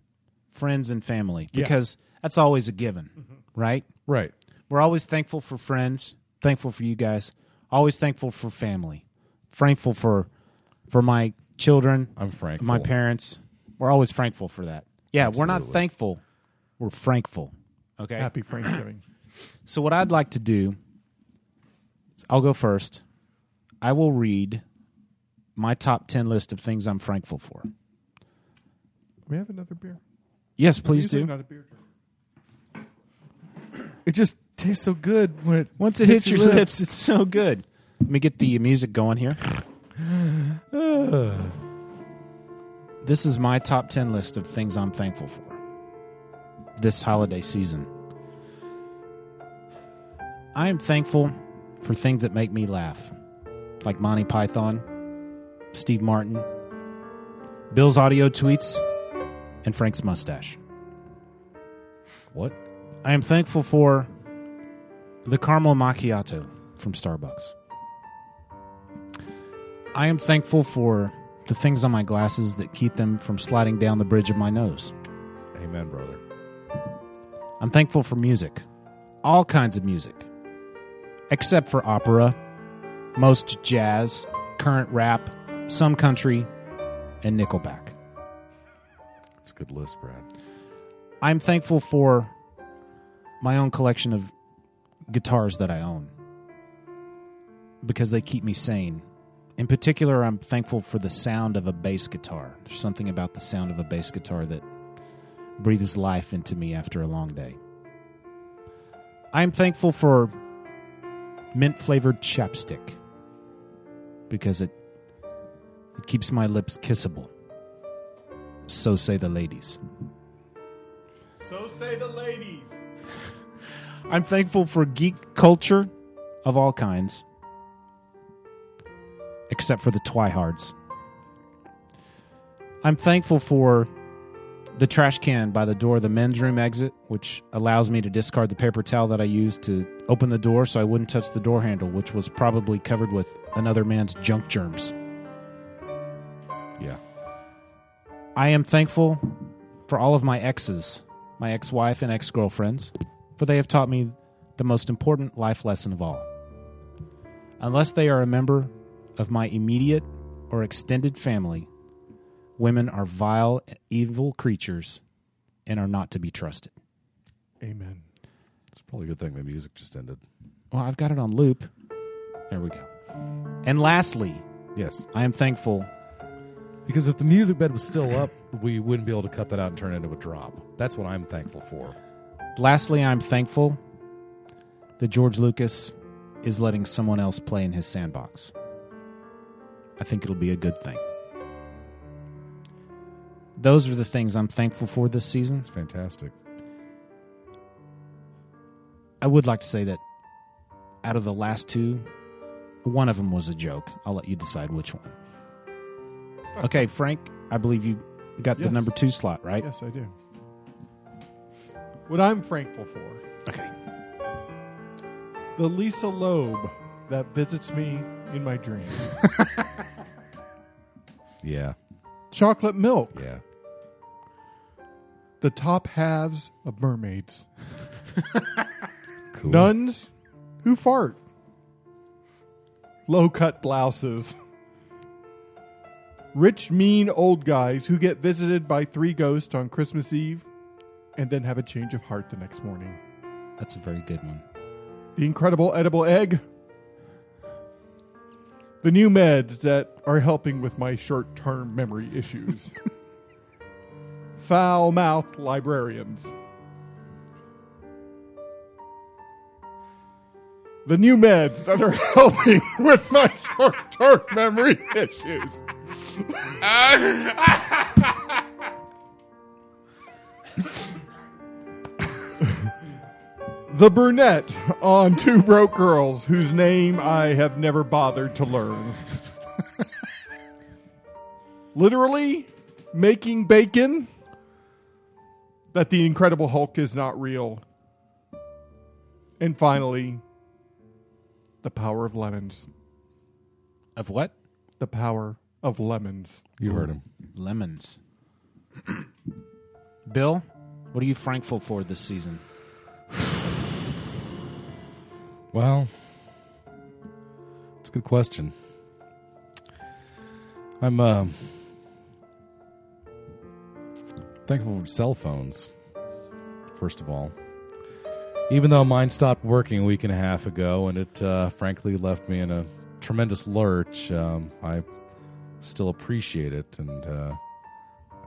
S: friends and family
H: Yeah.
S: because that's always a given, right?
H: Right.
S: We're always thankful for friends, thankful for you guys, always thankful for family, thankful for for my children.
H: I'm thankful.
S: My parents. We're always thankful for that. Yeah, we're not
H: Absolutely.
S: thankful. We're thankful. Okay.
B: Happy Thanksgiving.
S: So what I'd like to do is I'll go first. I will read my top 10 list of things I'm thankful for.
B: we have another beer.
S: Yes, please
B: Usually
S: do.
B: Not a beer. drink.
H: It just tastes so good when it
S: Once it hits, your lips. it's so good. Let me get the music going here. this is my top 10 list of things I'm thankful for this holiday season. I am thankful for things that make me laugh, like Monty Python, Steve Martin, Bill's audio tweets, and Frank's mustache.
H: What?
S: I am thankful for the caramel macchiato from Starbucks. I am thankful for the things on my glasses that keep them from sliding down the bridge of my nose.
H: Amen, brother.
S: I'm thankful for music, all kinds of music, except for opera, most jazz, current rap, some country, and Nickelback.
H: It's a good list, Brad.
S: I'm thankful for my own collection of guitars that I own because they keep me sane. In particular, I'm thankful for the sound of a bass guitar. There's something about the sound of a bass guitar that breathes life into me after a long day. I'm thankful for mint flavored chapstick because it it keeps my lips kissable. So say the ladies.
B: So say the ladies.
S: I'm thankful for geek culture of all kinds, except for the Twihards. I'm thankful for the trash can by the door of the men's room exit, which allows me to discard the paper towel that I used to open the door so I wouldn't touch the door handle, which was probably covered with another man's junk germs.
H: Yeah.
S: I am thankful for all of my exes, my ex wife and ex girlfriends, for they have taught me the most important life lesson of all. Unless they are a member of my immediate or extended family, Women are vile, evil creatures and are not to be trusted.
B: Amen.
H: It's probably a good thing the music just ended.
S: Well, I've got it on loop. There we go. And lastly,
H: yes,
S: I am thankful
H: because if the music bed was still up, we wouldn't be able to cut that out and turn it into a drop. That's what I'm thankful for.
S: Lastly, I'm thankful that George Lucas is letting someone else play in his sandbox. I think it'll be a good thing. Those are the things I'm thankful for this season.
H: It's fantastic.
S: I would like to say that out of the last two, one of them was a joke. I'll let you decide which one. Okay, Frank, I believe you got
B: Yes.
S: the number two slot, right?
B: Yes, I do. What I'm thankful for
S: Okay.
B: the Lisa Loeb that visits me in my dreams,
H: Yeah,
B: chocolate milk,
H: yeah.
B: the top halves of mermaids,
H: Cool.
B: nuns who fart, low cut blouses, rich, mean old guys who get visited by three ghosts on Christmas Eve and then have a change of heart the next morning.
S: That's a very good one.
B: The incredible edible egg. The new meds that are helping with my short term memory issues. Foul mouthed librarians. The new meds that are helping with my short term memory issues. The brunette on Two Broke Girls, whose name I have never bothered to learn. Literally making bacon that the Incredible Hulk is not real. And finally, the power of lemons.
S: Of what?
B: The power of lemons.
H: You heard him.
S: Lemons. Bill, what are you thankful for this season?
H: Well, it's a good question. I'm um thankful for cell phones, first of all. Even though mine stopped working a week and a half ago, and it uh, frankly left me in a tremendous lurch, um, I still appreciate it, and uh,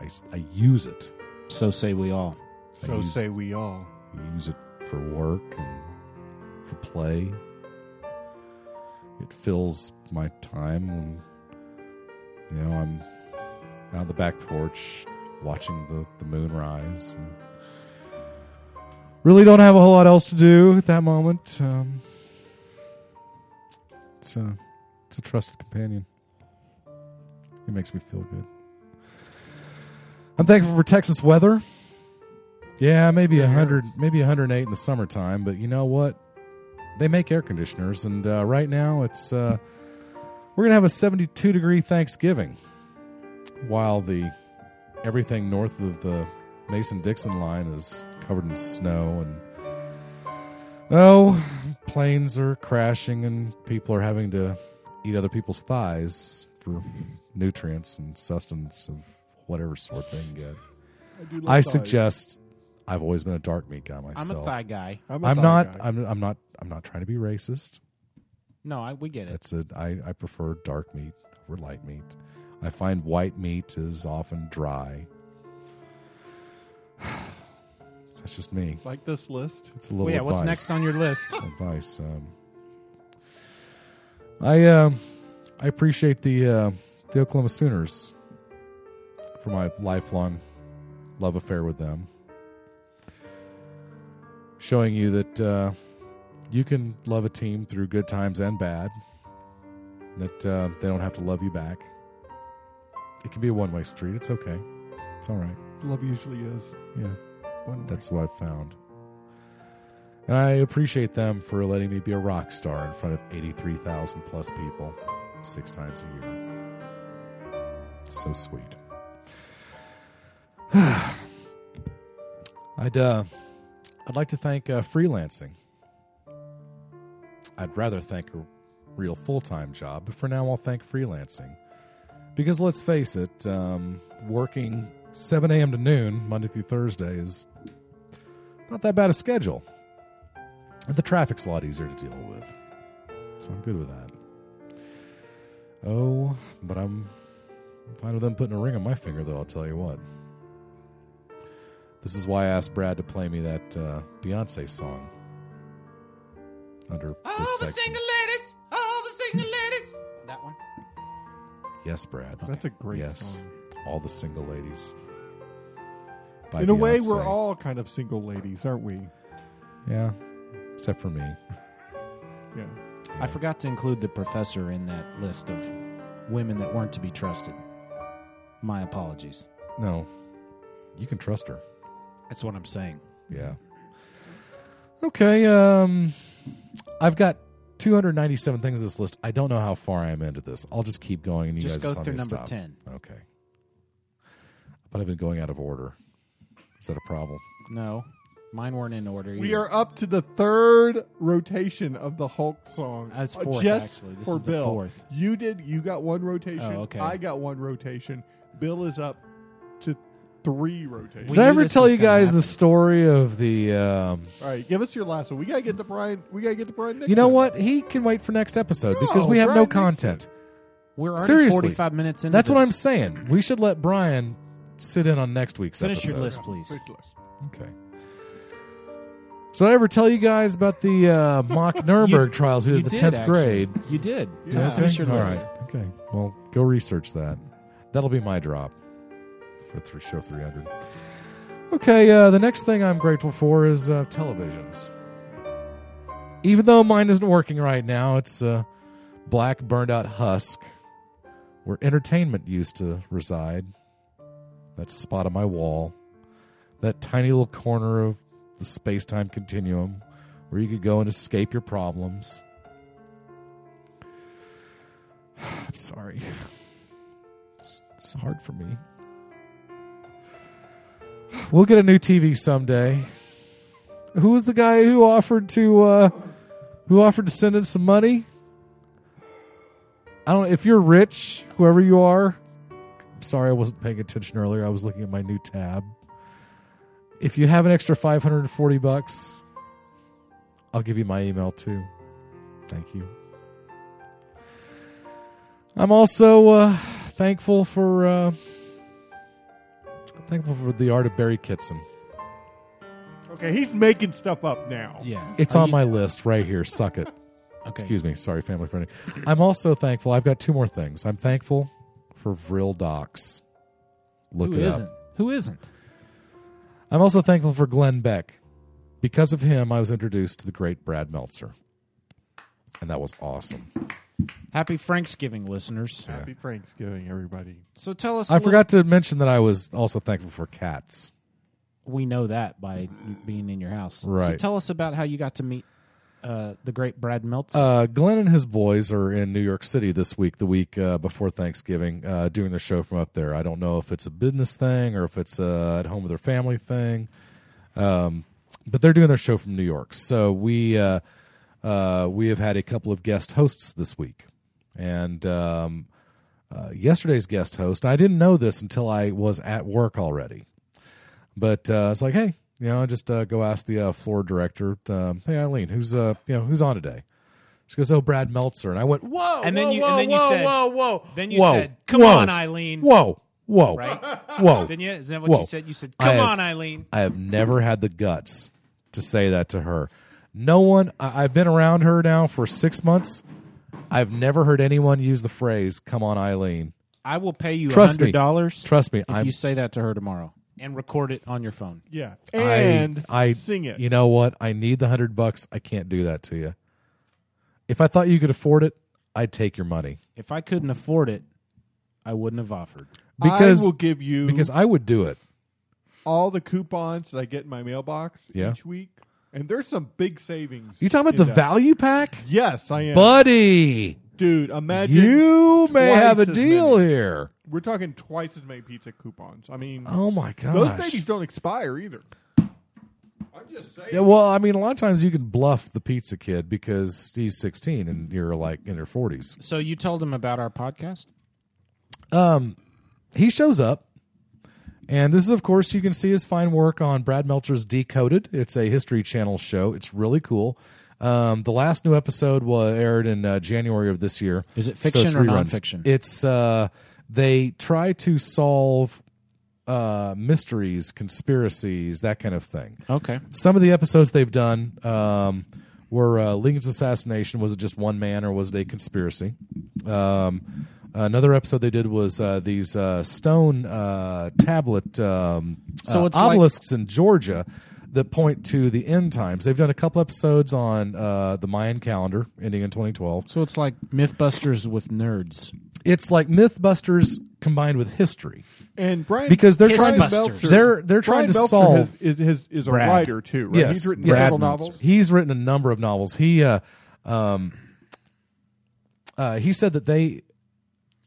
H: I, s- I use it.
S: So say we all.
H: I
B: So
H: use-
B: say we all.
H: use it for work and for play. It fills my time when you know I'm out on the back porch watching the, the moon rise. And really don't have a whole lot else to do at that moment. Um, it's a it's a trusted companion. It makes me feel good. I'm thankful for Texas weather. Yeah, maybe a hundred, maybe a hundred and eight in the summertime. But you know what? They make air conditioners, and uh, right now it's uh, we're gonna have a seventy-two degree Thanksgiving, while the everything north of the Mason-Dixon line is covered in snow and oh, planes are crashing and people are having to eat other people's thighs for nutrients and sustenance of whatever sort they can get.
B: I do love
H: I
B: thighs.
H: suggest. I've always been a dark meat guy myself.
S: thigh guy.
H: I'm,
B: I'm a thigh
H: not.
B: guy.
H: I'm, I'm not. I'm not trying to be racist.
S: No, I, we get it.
H: That's a. I, I prefer dark meat over light meat. I find white meat is often dry. So That's just me.
B: Like this list.
H: It's a little.
S: Well, yeah, what's
H: advice.
S: next on your list?
H: advice? Um, I um, I appreciate the uh, the Oklahoma Sooners for my lifelong love affair with them, showing you that uh, you can love a team through good times and bad. That uh, they don't have to love you back. It can be a one way street. It's okay. It's all right.
B: Love usually is.
H: Yeah.
B: One
H: That's what I've found. And I appreciate them for letting me be a rock star in front of 83,000 plus people six times a year. So sweet. I'd uh, I'd like to thank uh, freelancing. I'd rather thank a real full time job, but for now I'll thank freelancing Because let's face it, um, working 7 a.m. to noon, Monday through Thursday, is not that bad a schedule. The traffic's a lot easier to deal with. So I'm good with that. Oh, but I'm fine with them putting a ring on my finger, though, I'll tell you what. This is why I asked Brad to play me that uh, Beyonce song under
D: All
H: this
D: the
H: section.
D: single ladies, all the single ladies.
S: That one.
H: Yes, Brad.
B: That's a great
H: yes.
B: song.
H: All the single ladies. By
B: In a way,
H: Beyonce.
B: we're all kind of single ladies, aren't we?
H: Yeah, except for me.
B: Yeah.
S: I forgot to include the professor in that list of women that weren't to be trusted. My apologies.
H: No, you can trust her.
S: That's what I'm saying.
H: Yeah. Okay. Um, I've got 297 things on this list. I don't know how far I am into this. I'll just keep going, and you
S: Just
H: guys
S: go
H: will tell me
S: through
H: to
S: number
H: stop.
S: 10.
H: Okay. But I've been going out of order. Is that a problem?
S: No, mine weren't in order. Either.
B: We are up to the third rotation of the Hulk song.
S: That's
B: Uh,
S: fourth,
B: just
S: actually. This
B: for
S: is the
B: Bill.
S: fourth.
B: You did. You got one rotation.
S: Oh, okay.
B: I got one rotation. Bill is up to three rotations.
H: Did I ever tell you guys the story of the? Um,
B: All right, give us your last one. We gotta get the Brian. We gotta get the Brian. Nixon.
H: you know what? He can wait for next episode because we have
B: Brian
H: no
B: Nixon.
H: content.
S: We're already
H: Seriously,
S: 45 minutes into
H: That's what
S: this.
H: I'm saying. We should let Brian sit in on next week's
S: Finish
H: episode.
S: your list, please.
H: Okay. So did I ever tell you guys about the uh, mock Nuremberg trials we did
S: you
H: in the
S: did,
H: tenth
S: actually.
H: grade?
S: You did.
H: Did
S: Yeah.
H: I
S: Finish
H: finish?
S: your
H: All
S: list.
H: right. Okay. Well, go research that. That'll be my drop for th- show three hundred. Okay. Uh, the next thing I'm grateful for is uh, televisions. Even though mine isn't working right now, it's a black burned out husk where entertainment used to reside. That spot on my wall that tiny little corner of the space time continuum where you could go and escape your problems. I'm sorry. It's, it's hard for me. We'll get a new TV someday. Who was the guy who offered to uh, who offered to send in some money? I don't. If you're rich, whoever you are, I'm sorry I wasn't paying attention earlier. I was looking at my new tab if you have an extra 540 bucks i'll give you my email too thank you i'm also uh, thankful for uh, thankful for the art of barry kitson
B: Okay, he's making stuff up now.
S: Yeah,
H: it's on my list right here suck it excuse me sorry family friendly i'm also thankful i've got two more things i'm thankful for vril docs look
S: Who
H: it
S: isn't?
H: up
S: Who isn't?
H: I'm also thankful for Glenn Beck. Because of him, I was introduced to the great Brad Meltzer. And that was awesome.
S: Happy Thanksgiving, listeners.
B: Happy Thanksgiving, everybody.
S: So tell us. a
H: I
S: little-
H: forgot to mention that I was also thankful for cats.
S: We know that by you being in your house. So
H: Right.
S: tell us about how you got to meet uh, the great Brad Meltzer.
H: Uh, Glenn and his boys are in New York City this week, the week uh, before Thanksgiving, uh, doing their show from up there. I don't know if it's a business thing or if it's uh, at home with their family thing, um, but they're doing their show from New York. So we uh, uh, we have had a couple of guest hosts this week, and um, uh, yesterday's guest host. I didn't know this until I was at work already, but uh, it's like, hey, you know, I just uh, go ask the uh, floor director, um, hey Eileen, who's uh, you know, who's on today? She goes, oh, Brad Meltzer, and I went, whoa,
S: And
H: Oh, whoa,
S: then you-
H: whoa,
S: and then you
H: whoa,
S: said-
H: whoa, whoa,
S: then you
H: whoa,
S: said, "Come
H: whoa,
S: on, Eileen."
H: whoa, whoa,
S: Right?
H: whoa.
S: Didn't you? Is that what you
H: whoa.
S: said? You said,
H: I
S: "Come
H: have-
S: on, Eileen."
H: I have never had the guts to say that to her. No one. I, I've been around her now for six months. I've never heard anyone use the phrase "Come on, Eileen."
S: I will pay you
H: Trust me.
S: hundred dollars.
H: Trust me,
S: if
H: I'm-
S: you say that to her tomorrow and record it on your phone.
B: Yeah,
H: I-
B: and
H: I,
B: sing it.
H: You know what? I need the hundred bucks. I can't do that to you. If I thought you could afford it, I'd take your money
S: If I couldn't afford it, I wouldn't have offered.
H: because
B: I will give you
H: because I would do it.
B: all the coupons that I get in my mailbox
H: Yeah.
B: each week, and there's some big savings.
H: You talking about
B: in
H: the
B: that.
H: value pack,
B: Yes, I am,
H: buddy?
B: dude. Imagine
H: You may
B: twice
H: have a
B: as
H: deal
B: many.
H: here.
B: We're talking twice as many pizza coupons. I mean,
H: Oh my gosh!
B: those babies don't expire either. I'm just saying.
H: Yeah, well, I mean, a lot of times you can bluff the pizza kid because he's 16 and you're like in your 40s.
S: So you told him about our podcast?
H: Um, he shows up, and this is, of course, you can see his fine work on Brad Meltzer's Decoded. It's a History Channel show. It's really cool. Um, the last new episode was aired in uh, January of this year.
S: Is it fiction
H: it's
S: or
H: reruns.
S: nonfiction?
H: It's uh, they try to solve uh, mysteries, conspiracies, that kind of thing.
S: Okay.
H: Some of the episodes they've done um, were uh, Lincoln's assassination. Was it just one man or was it a conspiracy? Um, another episode they did was uh, these uh, stone uh, tablet um,
S: So
H: uh,
S: it's like-
H: obelisks in Georgia that point to the end times. They've done a couple episodes on uh, the Mayan calendar ending in 2012.
S: So it's like Mythbusters with nerds.
H: It's like MythBusters combined with history.
B: And Brian,
H: Because they're
B: Brian
H: trying to-
B: Meltzer-
H: they're- they're trying
B: Brian
H: to
B: Meltzer
H: solve-
B: has- is, is, is a
H: Brad.
B: writer too, right?
H: Yes,
B: He's written
H: Brad
B: several
H: Meltzer.
B: novels.
H: He's written a number of novels. He uh, um, uh, he said that they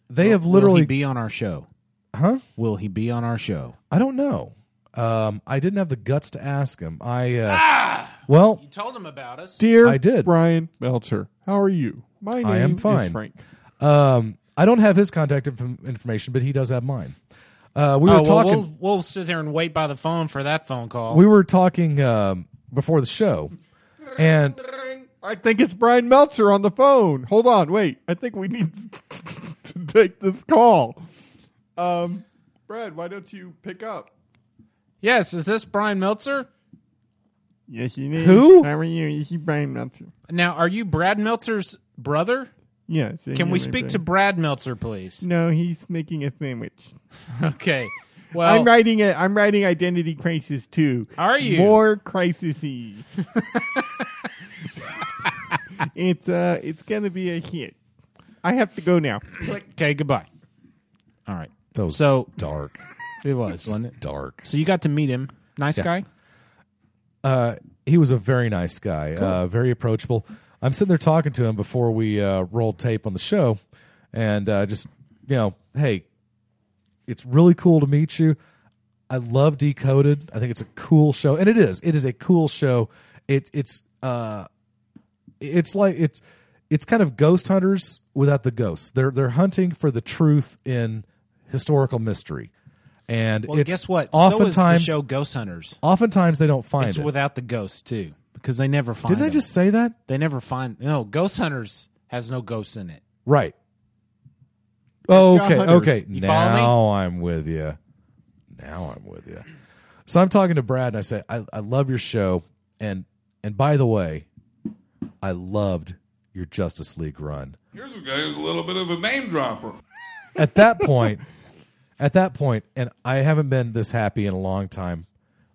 H: they have
S: Will
H: literally
S: he be on our show?
H: Huh?
S: Will he be on our show?
H: I don't know. Um, I didn't have the guts to ask him. I uh,
S: Ah!
H: well,
S: You told him about us.
B: Dear
H: I did.
B: Brian Meltzer, how are you? My name
H: I am
B: is
H: fine.
B: Frank.
H: Um, I don't have his contact inf- information, but he does have mine. Uh, we
S: oh,
H: were
S: well,
H: talking.
S: We'll, we'll sit there and wait by the phone for that phone call.
H: we were talking um, before the show, and
B: I think it's Brian Meltzer on the phone. Hold on, wait. I think we need to take this call. Um, Brad, why don't you pick up?
S: yes, is this Brian Meltzer?
B: Yes, you need.
H: Who?
B: How are you? You see Brian Meltzer.
S: Now, are you Brad Meltzer's brother?
B: Yes. I
S: Can we
B: hear you,
S: speak
B: Brad.
S: to Brad Meltzer, please?
B: No, he's making a sandwich.
S: Okay. Well,
H: Oh.
B: I'm writing it. I'm writing Identity Crisis too.
S: Are you?
B: more crisisy? it's uh, it's gonna be a hit. I have to go now.
S: okay. Goodbye. All right.
H: that was
S: So
H: dark,
S: it was, wasn't it?
H: dark.
S: So you got to meet him. Nice
H: Yeah.
S: guy.
H: Uh, he was a very nice guy, uh, very approachable. I'm sitting there talking to him before we uh, rolled tape on the show, and uh, just you know, hey, it's really cool to meet you. I love Decoded. I think it's a cool show, and it is. It is a cool show. It it's uh, it's like it's it's kind of ghost hunters without the ghosts. They're they're hunting for the truth in historical mystery, and
S: Well,
H: it's
S: guess what?
H: Oftentimes,
S: so is the show Ghost Hunters.
H: oftentimes they don't find
S: It's
H: it.
S: without the ghosts too, because they never find.
H: Didn't I
S: them.
H: just say that?
S: They never find. No, Ghost Hunters has no ghosts in it.
H: Right. Oh, okay.
S: Hunters.
H: Okay.
S: You follow me?
H: now I'm with you. Now I'm with you. So I'm talking to Brad and I say, I, I love your show. And and by the way, I loved your Justice League run.
I: Here's a guy who's a little bit of a name dropper.
H: At that point, at that point, and I haven't been this happy in a long time.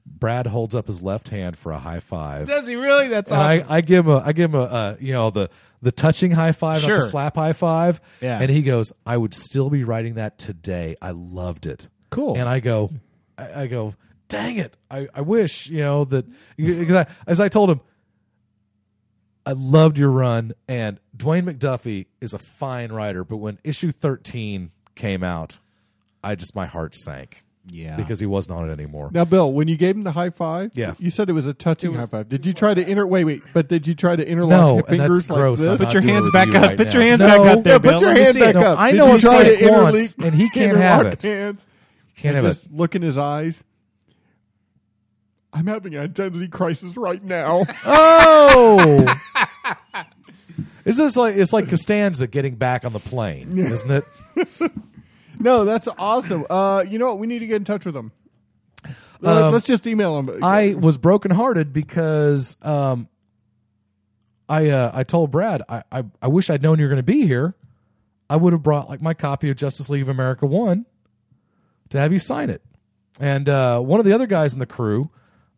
H: Brad holds up his left hand for a high five.
S: Does he really? That's
H: and I, I give him a I give him a uh, you know the the touching high five, not
S: Sure.
H: the slap high five.
S: Yeah.
H: And he goes, I would still be writing that today. I loved it.
S: Cool.
H: And I go, I, I go, dang it. I, I wish you know that 'cause I, as I told him, I loved your run. And Dwayne McDuffie is a fine writer, but when issue thirteen came out, I just my heart sank.
S: Yeah.
H: because he wasn't on it anymore.
B: Now, Bill, when you gave him the high five,
H: Yeah.
B: you said it was a touching high five. Did you try to inter? Wait, wait. But did you try to interlock
H: No,
B: your
H: and that's
B: fingers like
H: gross. I'm
B: this?
H: not doing it with you right now. No.
B: Yeah, put your hand back up.
H: I
B: Did
H: know
B: you
H: it's
B: try
H: like
B: to interlock-
H: once, and he can't have
B: interlock
H: it.
B: Hands
H: Can't
B: and
H: have
B: just look in his eyes. I'm having an identity crisis right now.
H: Oh. Is this like it's like Costanza getting back on the plane, isn't it?
B: No, that's awesome. Uh, you know what? We need to get in touch with them. Let-
H: Um,
B: Let's just email them.
H: I was brokenhearted because um, I uh, I told Brad I, I I wish I'd known you were going to be here. I would have brought like my copy of Justice League of America One to have you sign it. And uh, one of the other guys in the crew,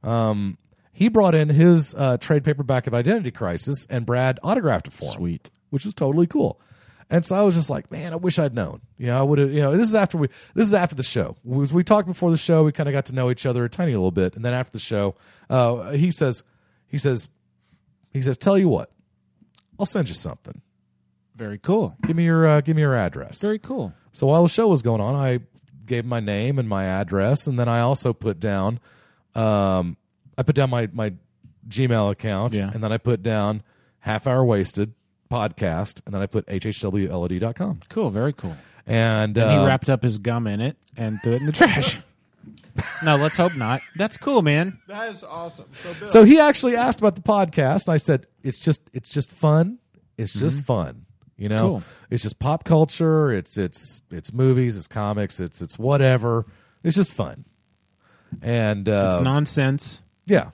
H: um, he brought in his uh, trade paperback of Identity Crisis, and Brad autographed it for him. Sweet, which was totally cool. And so I was just like, man, I wish I'd known. You know, I would have. You know, this is after we. This is after the show. We, we talked before the show. We kind of got to know each other a tiny little bit, and then after the show, uh, he says, he says, he says, tell you what, I'll send you something.
S: Very cool.
H: Give me your uh, give me your address.
S: Very cool.
H: So while the show was going on, I gave my name and my address, and then I also put down, um, I put down my my Gmail account,
S: Yeah.
H: and then I put down half hour wasted podcast, and then I put hhwled.com.
S: Cool. Very cool.
H: And,
S: And
H: uh,
S: he wrapped up his gum in it and threw it in the trash. no, let's hope not. That's cool, man.
B: That is awesome. So, Bill,
H: So he actually asked about the podcast. And I said, "It's just it's just fun. It's just
S: Mhm.
H: fun. You know,
S: Cool.
H: it's just pop culture. It's it's it's movies. It's comics. It's it's whatever. It's just fun. And uh,
S: It's nonsense.
H: Yeah.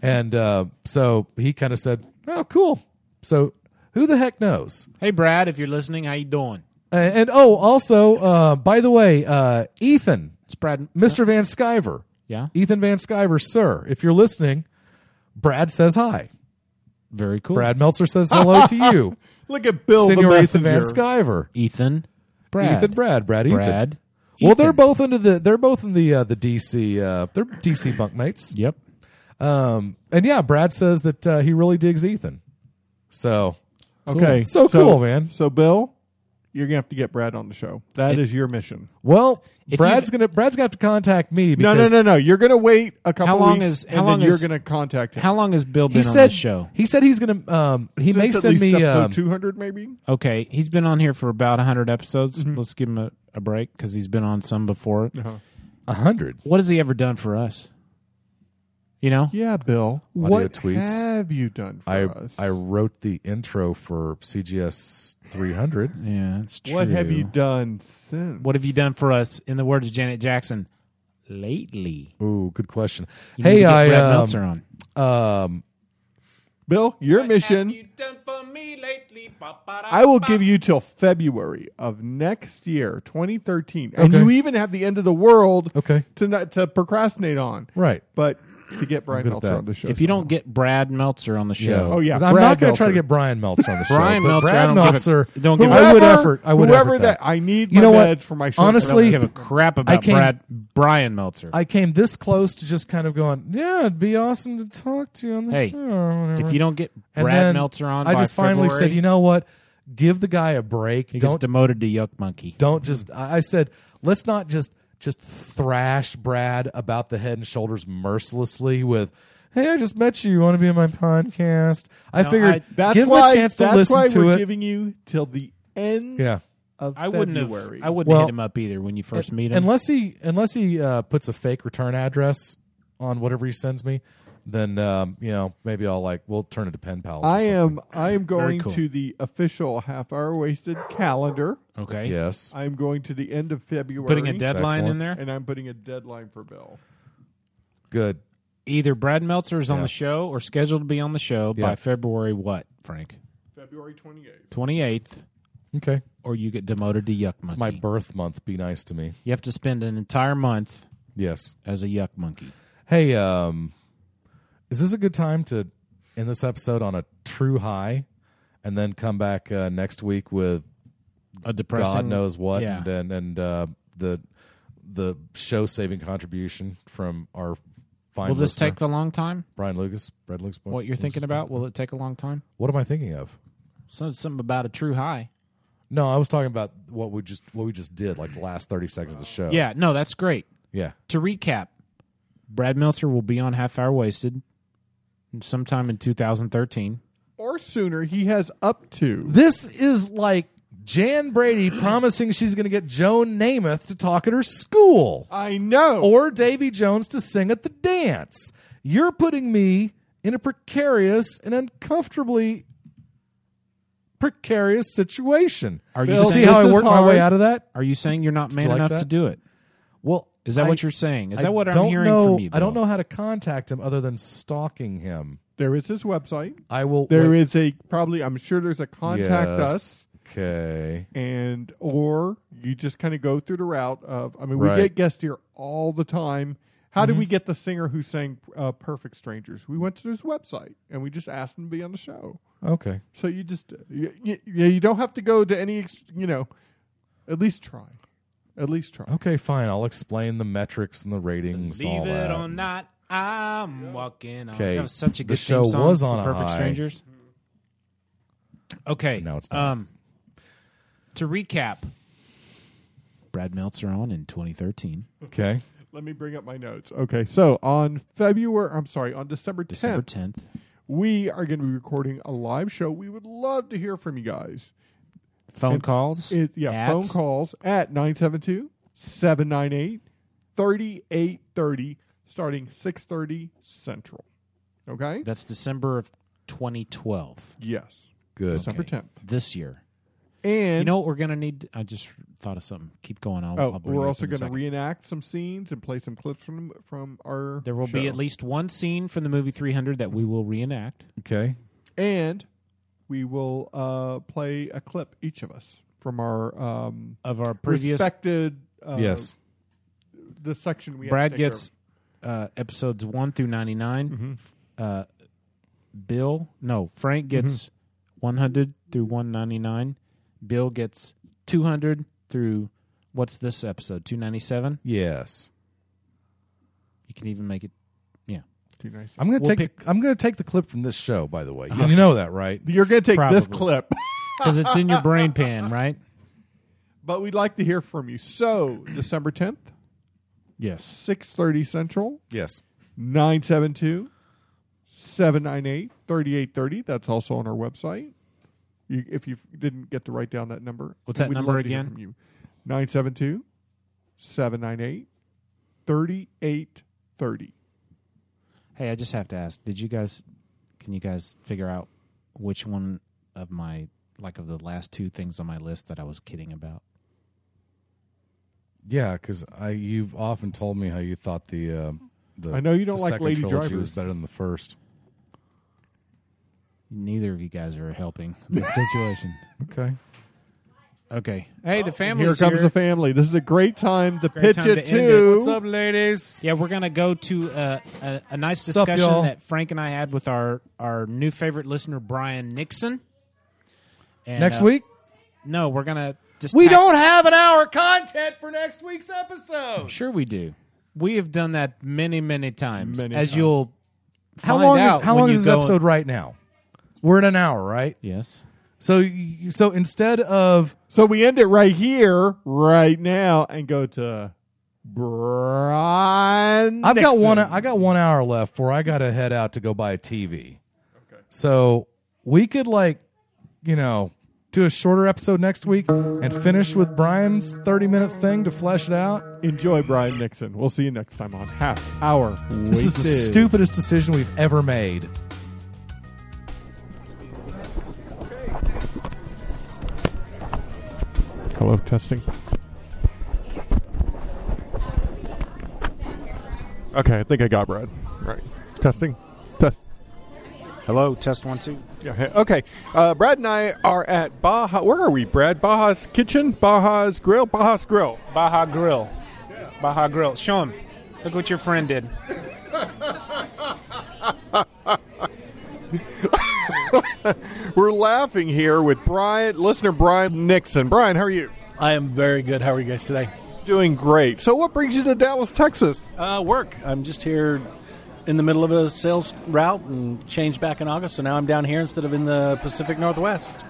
H: And uh, so he kind of said, "Oh, cool. So who the heck knows?"
S: Hey, Brad, if you're listening, how you doing?
H: And, and oh, also, uh, by the way, uh, Ethan,
S: Brad,
H: Mr. Van Skyver,
S: Yeah.
H: Ethan Van Skyver, sir, if you're listening, Brad says hi.
S: Very cool.
H: Brad Meltzer says hello to you.
B: Look at Bill the
H: Senor Ethan Van
B: messenger.
H: Skyver,
S: Ethan, Brad.
H: Ethan, Brad, Brad, Ethan.
S: Brad,
H: Well, they're both into the they're both in the uh, the DC uh, they're DC bunkmates.
S: Yep.
H: Um, and yeah, Brad says that uh, he really digs Ethan. So
B: Okay,
H: so, Oh, cool, man.
B: So Bill, you're gonna have to get Brad on the show. That is
H: It-
B: your mission.
H: Well,
B: If
H: Brad's gonna Brad's gonna have to contact me.
B: No,
H: Because
B: no, no, no. You're gonna wait a couple.
H: How long
B: weeks,
H: is- how
B: and
H: long
B: then
H: is-
B: you're gonna contact him?
S: How long has Bill been
H: He
S: on
H: said
S: the show?
H: He said he's gonna um he may
B: Since at
H: send
B: least
H: me
B: episode
H: um,
B: 200, maybe.
S: Okay, he's been on here for about 100 episodes.
H: Mm-hmm.
S: Let's give him a, a break because he's been on some before.
B: Uh-huh.
H: 100.
S: What has he ever done for us? You know?
B: Yeah, Bill.
H: audio
B: what
H: tweets.
B: have you done for
H: I
B: us?
H: I wrote the intro for CGS 300.
S: Yeah, that's true.
B: What have you done since?
S: What have you done for us, in the words of Janet Jackson, lately?
H: Ooh, good question.
S: You need to
H: hey,
S: get
H: I
S: Brad
H: um,
S: Meltzer on.
H: um
B: Bill, your mission. I will give you till February of next year, 2013, and
H: Okay.
B: you even have the end of the world.
H: Okay.
B: To not to procrastinate on.
H: Right.
B: But to get Brian
H: good at
B: Meltzer
H: that.
B: on the show.
S: If you don't get Brad Meltzer on the show,
H: Yeah.
B: Oh, yeah,
H: 'Cause I'm
B: Brad
H: not going to try to
B: Meltzer.
H: get Brian Meltzer on the show.
S: Brian
H: but
S: Meltzer, I
H: Brad
S: don't give a-
H: Meltzer.
S: don't give a-
H: I would
B: Whoever-
H: effort. I would
B: whoever
H: effort that.
B: that- I need
H: You
B: my
H: know what?
B: badge for my shirt.
H: Honestly,
S: I don't give a crap
H: I
S: about
H: came,
S: Brad Brian Meltzer.
H: I came this close to just kind of going, yeah, it'd be awesome to talk to you on the
S: Hey,
H: show. or whatever."
S: if you don't get
H: And
S: Brad
H: then
S: Meltzer on
H: I
S: by
H: just finally
S: February-
H: said, you know what? Give the guy a break.
S: he gets
H: don't
S: demoted to Yuck Monkey.
H: don't just. I I said, let's not just just thrash Brad about the head and shoulders mercilessly with. Hey, I just met you. You want to be on my podcast? I
S: No,
H: figured
S: I-
B: that's
H: give him
B: why,
H: a chance to
B: that's why
H: listen to
B: we're
H: it.
B: giving you till the end.
H: Yeah.
B: Of
S: I wouldn't have.
B: February.
S: I wouldn't
H: Well,
S: hit him up either when you first meet him.
H: Unless he unless he uh, puts a fake return address on whatever he sends me, then um, you know maybe I'll like we'll turn it to pen pals. or
S: uh,
B: I
H: something.
B: am. I am going
S: cool.
B: to the official half hour wasted calendar.
S: okay.
H: yes.
B: I'm going to the end of February.
S: Putting a deadline
H: excellent.
S: in there.
B: and I'm putting a deadline for Bill.
H: Good.
S: Either Brad Meltzer is on
H: Yeah.
S: the show or scheduled to be on the show
H: Yeah.
S: by February what, Frank?
B: February 28th.
S: Twenty eighth,
H: Okay.
S: or you get demoted to Yuck Monkey.
H: It's my birth month. Be nice to me.
S: you have to spend an entire month
H: Yes.
S: as a Yuck Monkey.
H: Hey, um, is this a good time to end this episode on a true high, and then come back uh, next week with
S: A depressing.
H: God knows what,
S: Yeah.
H: and and, and uh, the the show saving contribution from our fine
S: Will this
H: listener,
S: take a long time?
H: Brian Lucas, Brad Lucas.
S: What you're thinking about? Will it take a long time?
H: What am I thinking of?
S: Some- Something about a true high.
H: No, I was talking about what we just what we just did, like the last thirty seconds of the show.
S: Yeah, no, that's great.
H: yeah.
S: To recap, Brad Meltzer will be on Half Hour Wasted sometime in 2013.
B: Or sooner. He has up to.
H: This is like Jan Brady promising she's going to get Joan Namath to talk at her school,
B: I know.
H: or Davy Jones to sing at the dance. You're putting me in a precarious and uncomfortably precarious situation.
S: Are you
H: you see
S: saying
H: how I
B: this is
H: work my
B: hard?
H: way out of that?
S: Are you saying you're not man
H: you like
S: enough
H: that?
S: to do it?
H: Well,
S: Is that
H: I-
S: what you're saying? Is
H: I
S: that what I'm
H: don't
S: hearing
H: know-
S: from you?
H: I don't
S: Bill?
H: know how to contact him other than stalking him.
B: There is his website.
H: I will.
B: There
H: wait-
B: is a probably. I'm sure there's a contact
H: Yes.
B: us
H: Okay.
B: and or you just kind of go through the route of. I mean,
H: Right. Mm-hmm.
B: we get guests here all the time. How did we get the singer who sang uh, "Perfect Strangers"? We went to his website and we just asked him to be on the show.
H: Okay.
B: So you just you, you, you don't have to go to any ex- you know, at least try, at least try.
H: Okay, fine. I'll explain the metrics and the ratings and all
S: Leave
H: that.
S: it or not, I'm walking on.
H: Okay,
S: That was such a
H: the
S: good
H: show
S: theme song
H: was
S: for
H: on a
S: Perfect
H: high.
S: Strangers. Okay.
H: No, it's not.
S: Um, to recap, Brad Meltzer on in 2013,
H: Okay.
B: Let me bring up my notes. Okay, so on February, I'm sorry, on December 10th,
S: December 10th.
B: we are going to be recording a live show. We would love to hear from you guys.
S: Phone calls?
B: It, yeah,
S: at-
B: phone calls at 972 798 3830 starting 630 Central. Okay?
S: That's December of 2012.
B: Yes.
H: Good.
B: December 10th.
S: This year.
B: And
S: you know what we're going to need? I just thought of something. Keep going. I'll,
B: oh,
S: I'll bring it
B: we're
S: up
B: also
S: in a
B: going to
S: second.
B: reenact some scenes and play some clips from from our.
S: There will be
B: show.
S: at least one scene from the movie 300 that we will reenact.
H: Okay.
B: and we will uh, play a clip each of us from our um,
S: Of our previous-
B: respected. Uh,
H: Yes.
B: the section we. have
S: Brad
B: to take
S: gets uh, episodes 1 through 99. Uh, Bill, no, Frank gets 100 through 199. Bill gets 200 through what's this episode? 297?
H: Yes.
S: You can even make it, yeah.
B: over. Too nice.
H: I'm gonna
S: We'll
H: take.
S: pick-
H: the, I'm gonna take the clip from this show. By the way, you,
S: Uh-huh.
H: you know that, right?
B: You're going to take this
S: Probably.
B: clip,
S: Because it's in your brain pan, right?
B: but we'd like to hear from you. So December tenth,
S: Yes.
B: six thirty Central.
H: Yes.
B: 972 798 3830. That's also on our website. You, if you didn't get to write down that number,
S: What's that
B: we'd
S: number
B: love to hear
S: again?
B: from you. 972 798 3830.
S: Hey, I just have to ask: Did you guys? Can you guys figure out which one of my like of the last two things on my list that I was kidding about?
H: Yeah, because I you've often told me how you thought the uh, the
B: I know you don't
H: the
B: like
H: second
B: Lady
H: trilogy
B: Drivers.
H: was better than the first.
S: Neither of you guys are helping the situation.
H: Okay.
S: Okay. Hey, the family.
B: Here comes the family. This is a great time to pitch
S: Great time
B: it
S: to end
B: to.
S: it.
H: What's up, ladies?
S: Yeah, we're gonna go to uh, a, a nice
H: Sup,
S: discussion
H: y'all?
S: that Frank and I had with our our new favorite listener, Brian Nixon. And,
H: Next
S: uh,
H: week
S: No, we're gonna. Just
H: we
S: tack-
H: don't have an hour content for next week's episode.
S: Sure, we do. We have done that many, many times.
B: Many
S: as
B: times.
S: you'll
H: How
S: find
H: long
S: out
H: is how
S: when
H: long
S: you
H: is this
S: go-
H: episode right now? We're in an hour, right?
S: Yes.
H: So you, so instead of
B: So we end it right here, right now, and go to Brian.
H: I've got
B: Nixon.
H: one I got one hour left before I gotta head out to go buy a TV. Okay. So we could like, you know, do a shorter episode next week and finish with Brian's thirty minute thing to flesh it out.
B: Enjoy Brian Nixon. We'll see you next time on Half Hour.
H: This is the
B: Wasted.
H: stupidest decision we've ever made.
B: Hello, testing. Okay, I think I got Brad. Right. Testing. Test.
S: Hello, test one two.
B: Yeah. hey, Okay. Uh, Brad and I are at Baja. Where are we, Brad? Baja's Kitchen, Baja's Grill, Baja's Grill.
S: Baja Grill. Baja Grill. Show him. Look what your friend did.
B: We're laughing here with Brian, listener Brian Nixon. Brian, how are you?
L: I am very good. How are you guys today?
B: Doing great. So, what brings you to Dallas, Texas?
L: Uh, work. I'm just here in the middle of a sales route and changed back in August, so now I'm down here instead of in the Pacific Northwest.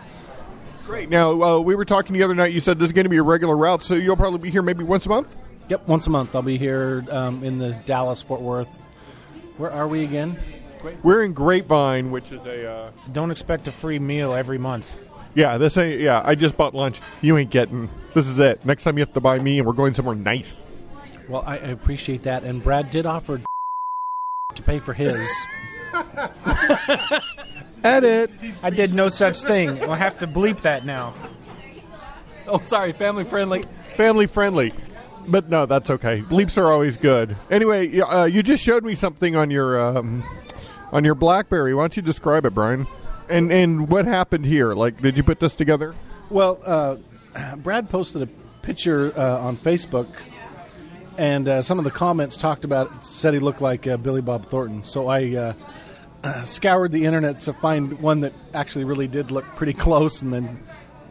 B: Great. Now, uh, we were talking the other night. You said this is going to be a regular route, so you'll probably be here maybe once a month.
L: Yep, once a month I'll be here um, in the Dallas Fort Worth. Where are we again?
B: We're in Grapevine, which is a. Uh,
S: Don't expect a free meal every month.
B: Yeah, this ain't. Yeah, I just bought lunch. You ain't getting. This is it. Next time you have to buy me, and we're going somewhere nice.
L: Well, I, I appreciate that, and Brad did offer to pay for his.
B: Edit.
S: I did no such thing. We'll have to bleep that now.
L: oh, sorry, family friendly.
B: Family friendly. But no, that's okay. Bleeps are always good. Anyway, y- uh, you just showed me something on your um, on your BlackBerry. Why don't you describe it, Brian? And and what happened here? Like, did you put this together?
L: Well, uh, Brad posted a picture uh, on Facebook, and uh, some of the comments talked about said he looked like uh, Billy Bob Thornton. So I uh, uh, scoured the internet to find one that actually really did look pretty close, and then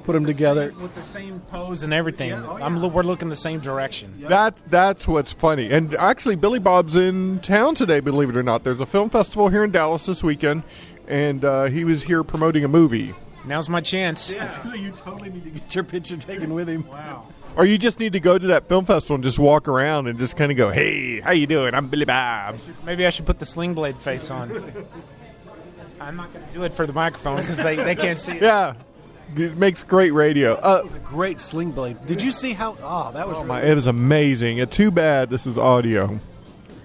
L: put them together. oh,
S: with the same pose and everything. I'm, lo- we're looking the same direction.
B: That that's what's funny. And actually, Billy Bob's in town today. Believe it or not, there's a film festival here in Dallas this weekend, and uh, he was here promoting a movie.
S: Now's my chance.
L: you totally need to get your picture taken with him. Wow.
B: Or you just need to go to that film festival and just walk around and just kind of go, "Hey, how you doing? I'm Billy Bob."
S: Maybe I should put the sling blade face on. I'm not going to do it for the microphone because they, they can't see it.
B: Yeah, It makes great radio. Uh,
S: was a great sling blade. Did you see how? Oh, that was.
B: my, it is amazing. It's too bad this is audio.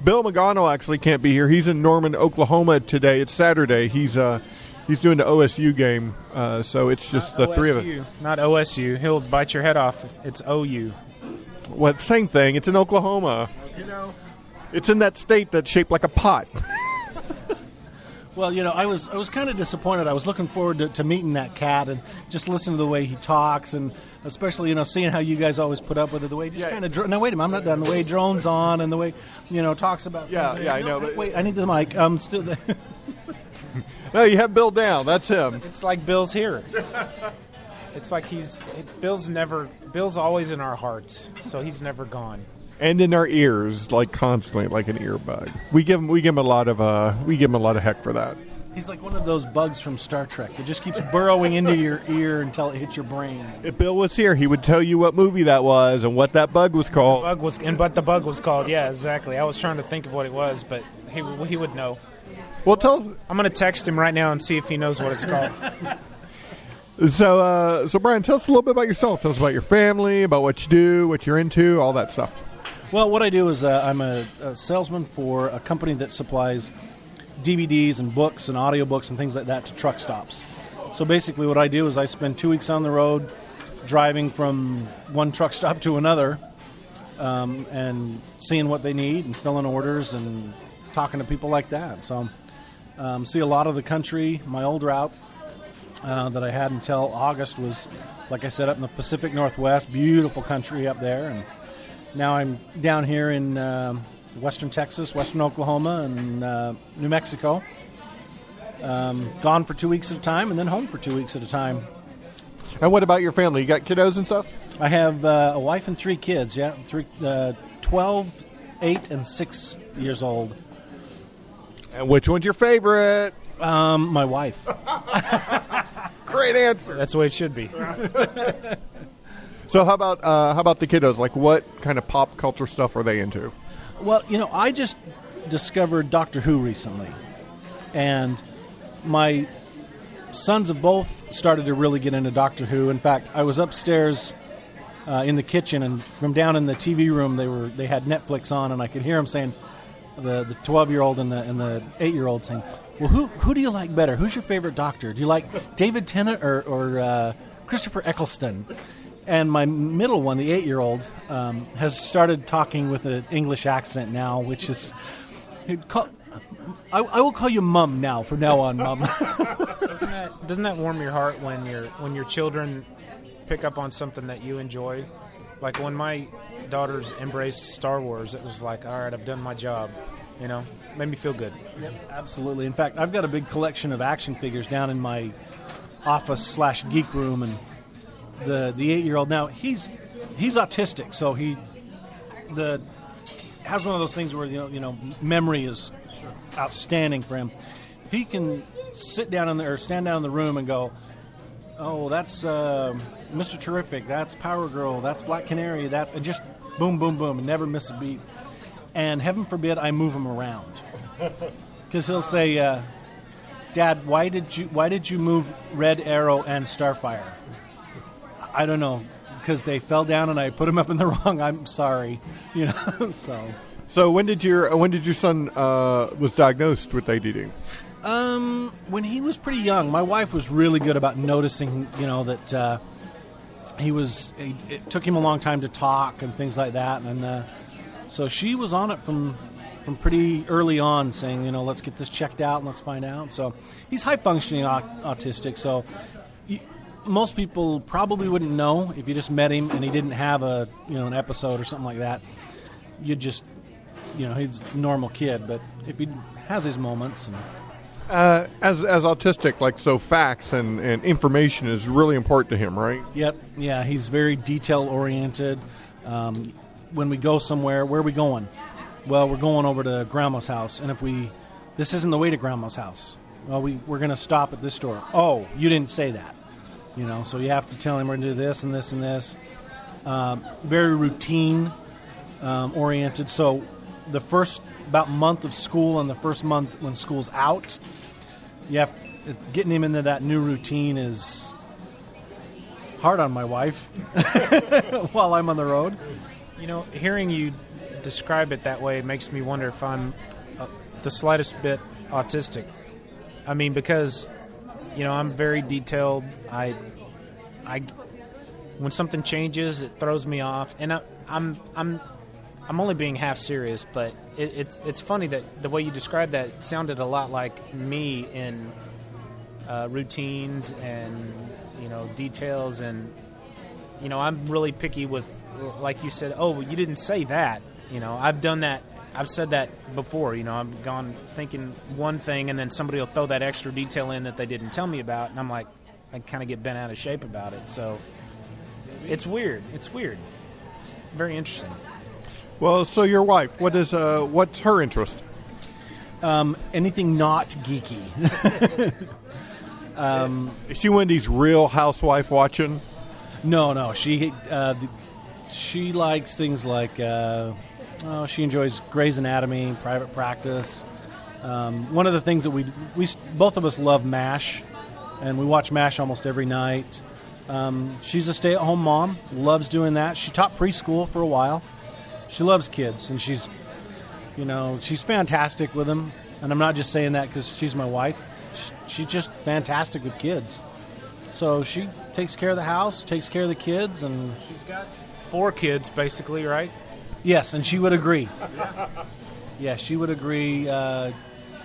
B: Bill McGonnell actually can't be here. He's in Norman, Oklahoma today. It's Saturday. He's uh, he's doing the OSU game, uh, so it's just the three of us.
O: Not OSU. He'll bite your head off. It's OU.
B: What same thing? It's in Oklahoma.
S: You know.
B: It's in that state that's shaped like a pot.
S: Well, you know, I was I was kind of disappointed. I was looking forward to, to meeting that cat and just listening to the way he talks, and especially you know seeing how you guys always put up with it. The way he just kind of dr- now wait a minute, I'm not done. The way he drones on and the way you know talks about
B: Yeah,
S: things.
B: yeah, I
S: No,
B: know,
S: Wait,
B: but-
S: wait, I need the mic. I'm still. There.
B: no, you have Bill down. That's him.
O: It's like Bill's here. It's like he's it, Bill's never Bill's always in our hearts, so he's never gone.
B: and in our ears, like constantly, like an earbud. We give him we give him a lot of uh, we give him a lot of heck for that.
S: He's like one of those bugs from Star Trek that just keeps burrowing into your ear until it hits your brain.
B: If Bill was here, he would tell you what movie that was and what that bug was called.
O: Bug was and but the bug was called. Yeah, exactly. I was trying to think of what it was, but he he would know.
B: Well, tell us.
O: I'm gonna text him right now and see if he knows what it's called.
B: So, uh, so Brian, tell us a little bit about yourself. Tell us about your family, about what you do, what you're into, all that stuff.
S: Well, what I do is uh, I'm a, a salesman for a company that supplies DVDs and books and audiobooks and things like that to truck stops. So basically, what I do is I spend two weeks on the road driving from one truck stop to another um, and seeing what they need and filling orders and talking to people like that. So, um, see a lot of the country. My old route uh, that I had until August was, like I said, up in the Pacific Northwest, beautiful country up there, and now I'm down here in um western Texas, western Oklahoma, and uh, New Mexico. Um, gone for two weeks at a time, and then home for two weeks at a time.
B: And what about your family? You got kiddos and stuff?
S: I have uh, a wife and three kids. Yeah, three, uh, 12, 8, and six years old.
B: And which one's your favorite?
S: Um, my wife.
B: Great answer.
O: That's the way it should be.
B: So, how about uh, how about the kiddos? Like, what kind of pop culture stuff are they into?
S: Well, you know, I just discovered Doctor Who recently, and my sons have both started to really get into Doctor Who. In fact, I was upstairs uh, in the kitchen, and from down in the TV room, they were they had Netflix on, and I could hear them saying, the the twelve year old and the and the eight year old saying, "Well, who who do you like better? Who's your favorite Doctor? Do you like David Tennant or or uh, Christopher Eccleston?" And my middle one, the eight year old, um, has started talking with an English accent now, which is. he'd Call, I, I will call you mum now, from now on, mum.
O: Doesn't that doesn't that warm your heart when your when your children pick up on something that you enjoy? Like when my daughters embraced Star Wars, it was like, all right, I've done my job. You know, made me feel good.
S: Yep, absolutely. In fact, I've got a big collection of action figures down in my office slash geek room, and the the eight year old now he's he's autistic, so he the has one of those things where you know you know memory is outstanding for him. He can sit down in the or stand down in the room and go, oh, that's um Mr. Terrific, that's Power Girl, that's Black Canary, that's and just boom, boom, boom, and never miss a beat. And heaven forbid I move him around, because he'll say, uh, "Dad, why did you why did you move Red Arrow and Starfire?" I don't know, because they fell down and I put them up in the wrong. I'm sorry, you know. so,
B: So, when did your uh, when did your son uh, was diagnosed with ADD?
S: um, when he was pretty young, my wife was really good about noticing, you know, that. Uh, he was it, it took him a long time to talk and things like that and uh, so she was on it from from pretty early on saying you know let's get this checked out and let's find out so he's high functioning au- autistic so you, most people probably wouldn't know if you just met him and he didn't have a you know an episode or something like that you'd just you know he's a normal kid but if he has his moments and
B: Uh, as as autistic, like so, facts and, and information is really important to him, right?
S: Yep. Yeah, he's very detail oriented. Um, when we go somewhere, where are we going? Well, we're going over to Grandma's house, and if we, this isn't the way to Grandma's house. Well, we we're gonna stop at this store. Oh, you didn't say that. You know, so you have to tell him we're gonna do this and this and this. Um, very routine um, oriented. So the first about month of school and the first month when school's out, you have getting him into that new routine is hard on my wife while I'm on the road.
V: You know, hearing you describe it that way makes me wonder if I'm uh, the slightest bit autistic. I mean, because you know, I'm very detailed. I, I, when something changes, it throws me off, and I, I'm, I'm, I'm only being half serious. But it, it's, it's funny that the way you described that sounded a lot like me in uh, routines and you know details and you know I'm really picky with like you said oh well, you didn't say that you know I've done that I've said that before you know I've gone thinking one thing and then somebody will throw that extra detail in that they didn't tell me about and I'm like I kind of get bent out of shape about it so it's weird it's weird it's very interesting
B: well so your wife what is uh what's her interest
S: um, anything not geeky
B: Um, is she one of these real housewife watching?
S: No, no. She uh, she likes things like uh, oh, she enjoys Grey's Anatomy, Private Practice. Um, one of the things that we we both of us love Mash, and we watch Mash almost every night. Um, she's a stay-at-home mom, loves doing that. She taught preschool for a while. She loves kids, and she's you know she's fantastic with them. And I'm not just saying that because she's my wife she's just fantastic with kids. So she takes care of the house, takes care of the kids, and
V: she's got four kids basically, right?
S: Yes, and she would agree. yeah, she would agree. Uh,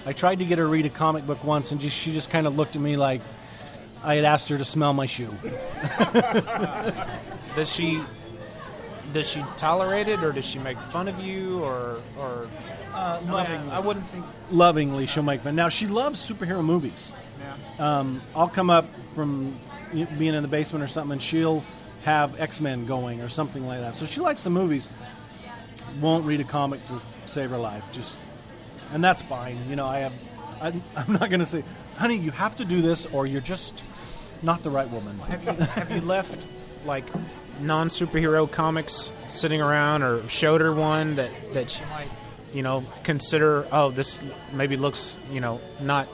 S: I tried to get her read a comic book once, and just, she just kind of looked at me like I had asked her to smell my shoe.
V: does she does she tolerate it, or does she make fun of you, or or
S: uh, lovingly. I wouldn't think lovingly she'll make fun. Now she loves superhero movies. Yeah. Um, I'll come up from being in the basement or something, and she'll have X Men going or something like that. So she likes the movies. Won't read a comic to save her life. Just and that's fine. You know, I have. I, I'm not going to say, honey, you have to do this, or you're just not the right woman.
V: Have you, have you left like non superhero comics sitting around, or showed her one that that she might you know consider oh this maybe looks you know not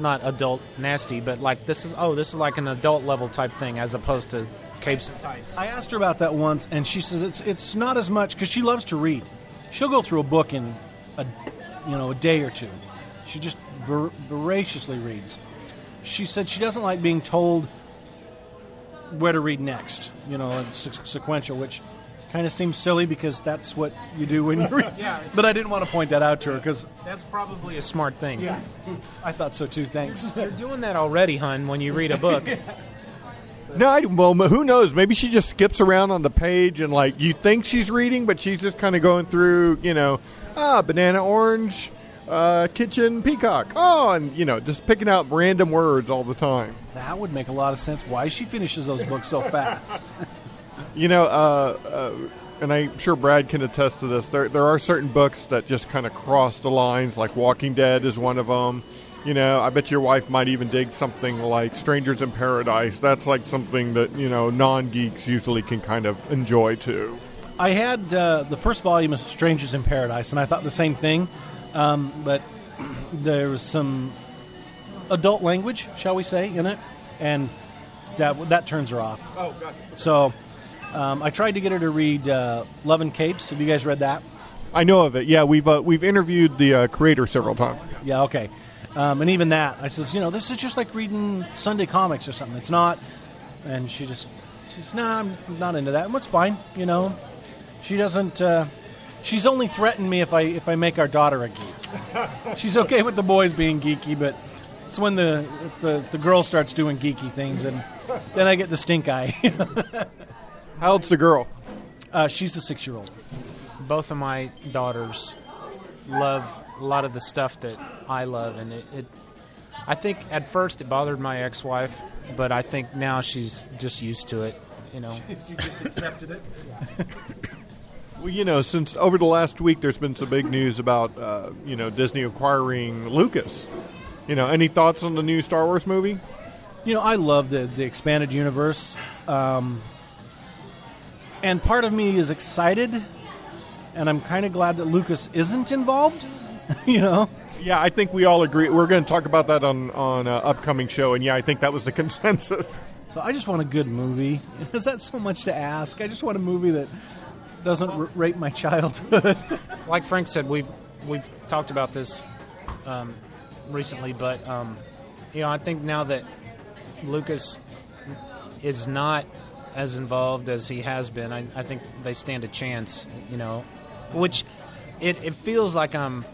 V: not adult nasty but like this is oh this is like an adult level type thing as opposed to capes and tights
S: i asked her about that once and she says it's it's not as much because she loves to read she'll go through a book in a you know a day or two she just vor- voraciously reads she said she doesn't like being told where to read next you know sequential which kind of seems silly because that's what you do when you read. yeah. But I didn't want to point that out to her because
V: that's probably a smart thing.
S: Yeah, I thought so too. Thanks.
V: You're doing that already, hun. When you read a book.
B: no, I, well, who knows? Maybe she just skips around on the page and like you think she's reading, but she's just kind of going through. You know, ah, banana orange. Uh, kitchen peacock. Oh, and you know, just picking out random words all the time.
S: That would make a lot of sense. Why she finishes those books so fast?
B: You know, uh, uh, and I'm sure Brad can attest to this. There, there are certain books that just kind of cross the lines, like Walking Dead is one of them. You know, I bet your wife might even dig something like Strangers in Paradise. That's like something that you know non geeks usually can kind of enjoy too.
S: I had uh, the first volume of Strangers in Paradise, and I thought the same thing, um, but there was some adult language, shall we say, in it, and that that turns her off.
B: Oh, gotcha.
S: So. Um, I tried to get her to read uh, Love and Capes. Have you guys read that?
B: I know of it. Yeah, we've uh, we've interviewed the uh, creator several times.
S: Yeah, okay. Um, and even that, I says, you know, this is just like reading Sunday comics or something. It's not. And she just, she's, no, nah, I'm not into that. And what's fine, you know. She doesn't. uh, she's only threatened me if I if I make our daughter a geek. she's okay with the boys being geeky, but it's when the the, the girl starts doing geeky things, and then I get the stink eye.
B: How old's the girl?
S: Uh, she's the six year old.
V: Both of my daughters love a lot of the stuff that I love, and it, it I think at first it bothered my ex wife, but I think now she's just used to it. You know,
S: she just accepted it.
B: well, you know, since over the last week, there's been some big news about uh, you know Disney acquiring Lucas. You know, any thoughts on the new Star Wars movie?
S: You know, I love the the expanded universe. Um, and part of me is excited and i'm kind of glad that lucas isn't involved you know
B: yeah i think we all agree we're going to talk about that on on uh, upcoming show and yeah i think that was the consensus
L: So I just want a good movie. Is that so much to ask? I just want a movie that doesn't r- rape my childhood.
S: like Frank said, we've we've talked about this um, recently, but um, you know, I think now that Lucas is not as involved as he has been, I, I think they stand a chance. You know, which it, it feels like I'm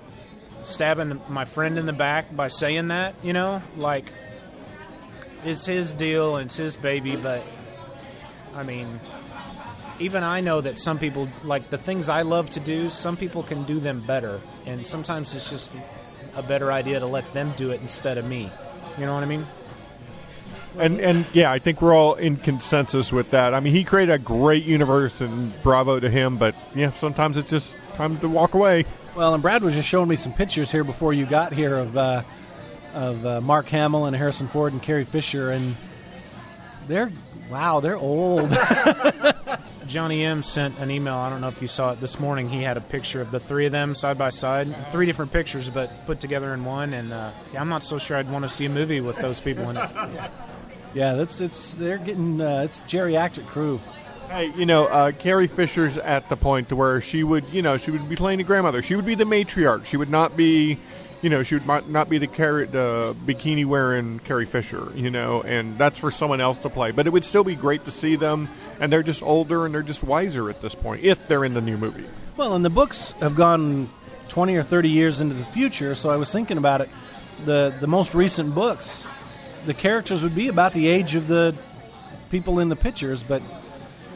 S: stabbing my friend in the back by saying that. You know, like it's his deal and it's his baby, but I mean, even I know that some people like the things I love to do. Some people can do them better, and sometimes it's just a better idea to let them do it instead of me. You know what I mean?
B: And and yeah, I think we're all in consensus with that. I mean, he created a great universe, and bravo to him. But yeah, sometimes it's just time to walk away.
L: Well, and Brad was just showing me some pictures here before you got here of uh, of uh, Mark Hamill and Harrison Ford and Carrie Fisher, and they're wow, they're old.
S: Johnny M sent an email. I don't know if you saw it this morning. He had a picture of the three of them side by side, three different pictures, but put together in one. And uh, yeah, I'm not so sure I'd want to see a movie with those people in it.
L: Yeah, that's it's they're getting uh, it's geriatric crew.
B: Hey, you know, uh, Carrie Fisher's at the point to where she would, you know, she would be playing a grandmother. She would be the matriarch. She would not be, you know, she would not, not be the carrot uh, bikini wearing Carrie Fisher, you know, and that's for someone else to play. But it would still be great to see them, and they're just older and they're just wiser at this point if they're in the new movie.
L: Well, and the books have gone twenty or thirty years into the future, so I was thinking about it. The the most recent books, the characters would be about the age of the people in the pictures, but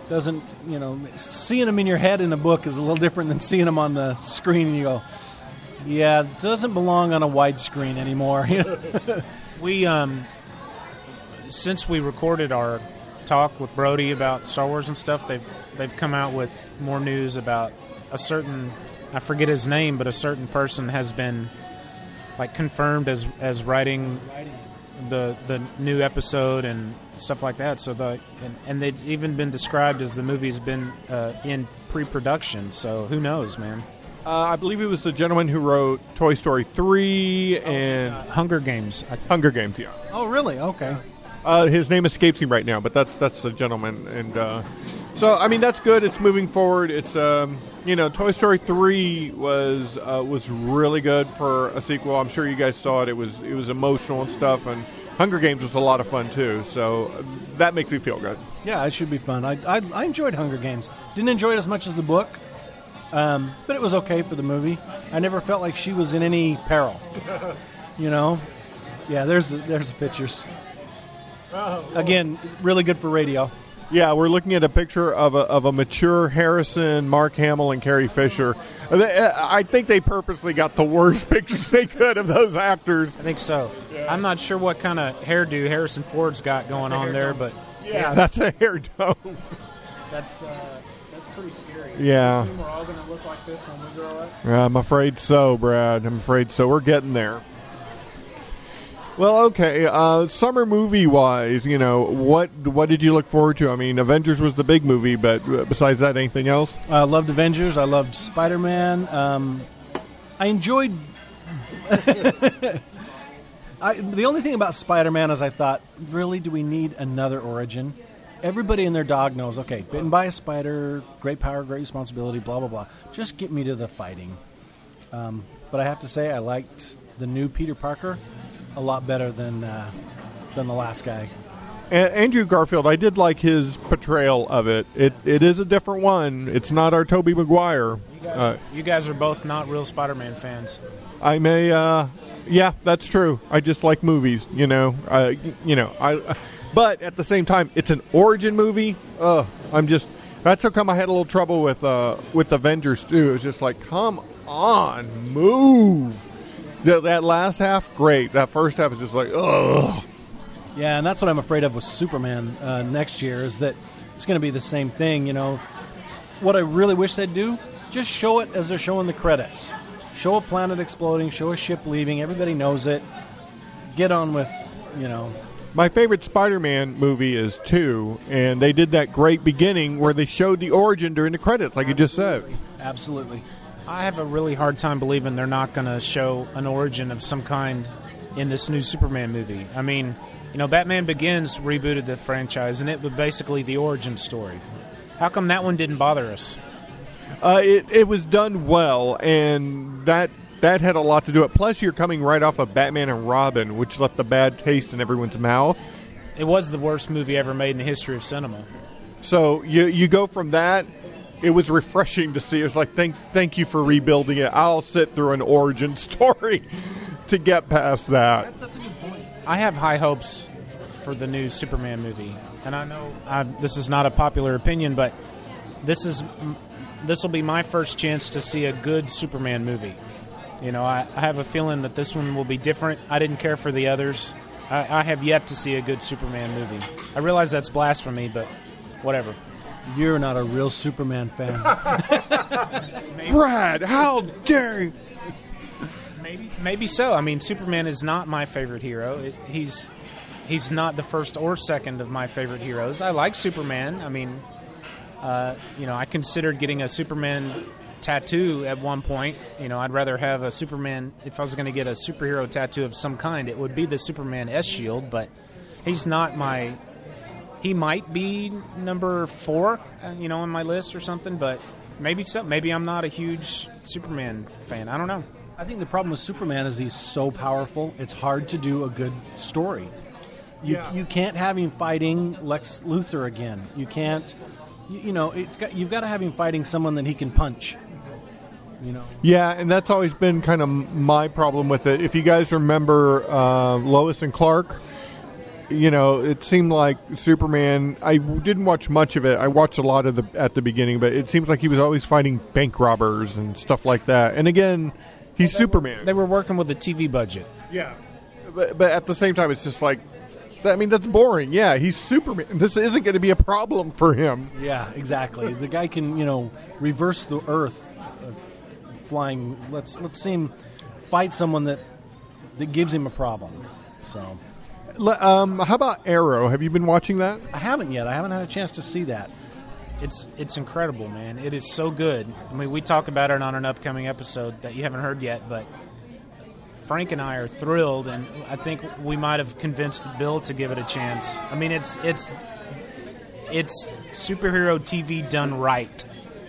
L: doesn't you know seeing them in your head in a book is a little different than seeing them on the screen and you go yeah it doesn't belong on a widescreen anymore
S: we um since we recorded our talk with Brody about Star Wars and stuff they've they've come out with more news about a certain I forget his name but a certain person has been like confirmed as as writing the the new episode and stuff like that. So the and, and they've even been described as the movie's been uh, in pre-production. So who knows, man?
B: Uh, I believe it was the gentleman who wrote Toy Story three and
S: oh, Hunger Games.
B: Hunger Games, yeah.
L: Oh, really? Okay.
B: Uh, his name escapes me right now, but that's that's the gentleman, and uh, so I mean that's good. It's moving forward. It's um, you know Toy Story three was uh, was really good for a sequel. I'm sure you guys saw it. It was it was emotional and stuff, and Hunger Games was a lot of fun too, so that makes me feel good.
L: Yeah, it should be fun. I, I, I enjoyed Hunger Games. Didn't enjoy it as much as the book, um, but it was okay for the movie. I never felt like she was in any peril. You know, yeah. There's the, there's the pictures.
W: Oh.
L: Again, really good for radio.
B: Yeah, we're looking at a picture of a, of a mature Harrison, Mark Hamill, and Carrie Fisher. I think they purposely got the worst pictures they could of those actors.
S: I think so. Yeah. I'm not sure what kind of hairdo Harrison Ford's got going on there, dome. but
B: yeah, yeah, that's a hairdo.
W: that's uh, that's pretty scary.
B: Yeah,
W: we're all going to look like this when we grow up.
B: Yeah, I'm afraid so, Brad. I'm afraid so. We're getting there. Well, okay. Uh, summer movie wise, you know what? What did you look forward to? I mean, Avengers was the big movie, but uh, besides that, anything else?
L: I loved Avengers. I loved Spider Man. Um, I enjoyed. I, the only thing about Spider Man is I thought, really, do we need another origin? Everybody and their dog knows. Okay, bitten by a spider, great power, great responsibility, blah blah blah. Just get me to the fighting. Um, but I have to say, I liked the new Peter Parker a lot better than uh, than the last guy.
B: Andrew Garfield, I did like his portrayal of it. It it is a different one. It's not our Toby Maguire.
S: You guys, uh, you guys are both not real Spider-Man fans.
B: I may, uh, yeah, that's true. I just like movies, you know. I, you know, I. But at the same time, it's an origin movie. Ugh, I'm just. That's how come I had a little trouble with uh, with Avengers too. It was just like, come on, move that last half, great. That first half is just like, ugh.
L: Yeah, and that's what I'm afraid of with Superman uh, next year is that it's going to be the same thing. You know, what I really wish they'd do, just show it as they're showing the credits. Show a planet exploding, show a ship leaving. Everybody knows it. Get on with, you know.
B: My favorite Spider-Man movie is two, and they did that great beginning where they showed the origin during the credits, like Absolutely. you just said.
L: Absolutely.
S: I have a really hard time believing they're not going to show an origin of some kind in this new Superman movie. I mean, you know, Batman Begins rebooted the franchise, and it was basically the origin story. How come that one didn't bother us?
B: Uh, it it was done well, and that that had a lot to do it. Plus, you're coming right off of Batman and Robin, which left a bad taste in everyone's mouth.
S: It was the worst movie ever made in the history of cinema.
B: So you you go from that. It was refreshing to see. It's like thank thank you for rebuilding it. I'll sit through an origin story to get past that.
S: I have high hopes for the new Superman movie, and I know I, this is not a popular opinion, but this is this will be my first chance to see a good Superman movie. You know, I, I have a feeling that this one will be different. I didn't care for the others. I, I have yet to see a good Superman movie. I realize that's blasphemy, but whatever.
X: You're not a real Superman fan.
B: Brad, how dare you!
S: Maybe, maybe so. I mean, Superman is not my favorite hero. It, he's he's not the first or second of my favorite heroes. I like Superman. I mean, uh, you know, I considered getting a Superman tattoo at one point. You know, I'd rather have a Superman. If I was going to get a superhero tattoo of some kind, it would be the Superman S shield. But he's not my. He might be number four, uh, you know, on my list or something. But maybe so. Maybe I'm not a huge Superman fan. I don't know.
X: I think the problem with Superman is he's so powerful. It's hard to do a good story. You, yeah. you can't have him fighting Lex Luthor again. You can't you, know, it's got you've got to have him fighting someone that he can punch. You know.
B: Yeah, and that's always been kind of my problem with it. If you guys remember uh, Lois and Clark, you know, it seemed like Superman. I didn't watch much of it. I watched a lot of the at the beginning, but it seems like he was always fighting bank robbers and stuff like that. And again, he's
S: they
B: Superman.
S: Were, they were working with a TV budget.
B: Yeah, but, but at the same time, it's just like I mean, that's boring. Yeah, he's Superman. This isn't going to be a problem for him.
X: Yeah, exactly. the guy can, you know, reverse the Earth, uh, flying. Let's let's see him fight someone that that gives him a problem. So,
B: um, how about Arrow? Have you been watching that?
X: I haven't yet. I haven't had a chance to see that.
S: It's it's incredible, man. It is so good. I mean, we talk about it on an upcoming episode that you haven't heard yet, but Frank and I are thrilled, and I think we might have convinced Bill to give it a chance. I mean, it's it's it's superhero TV done right.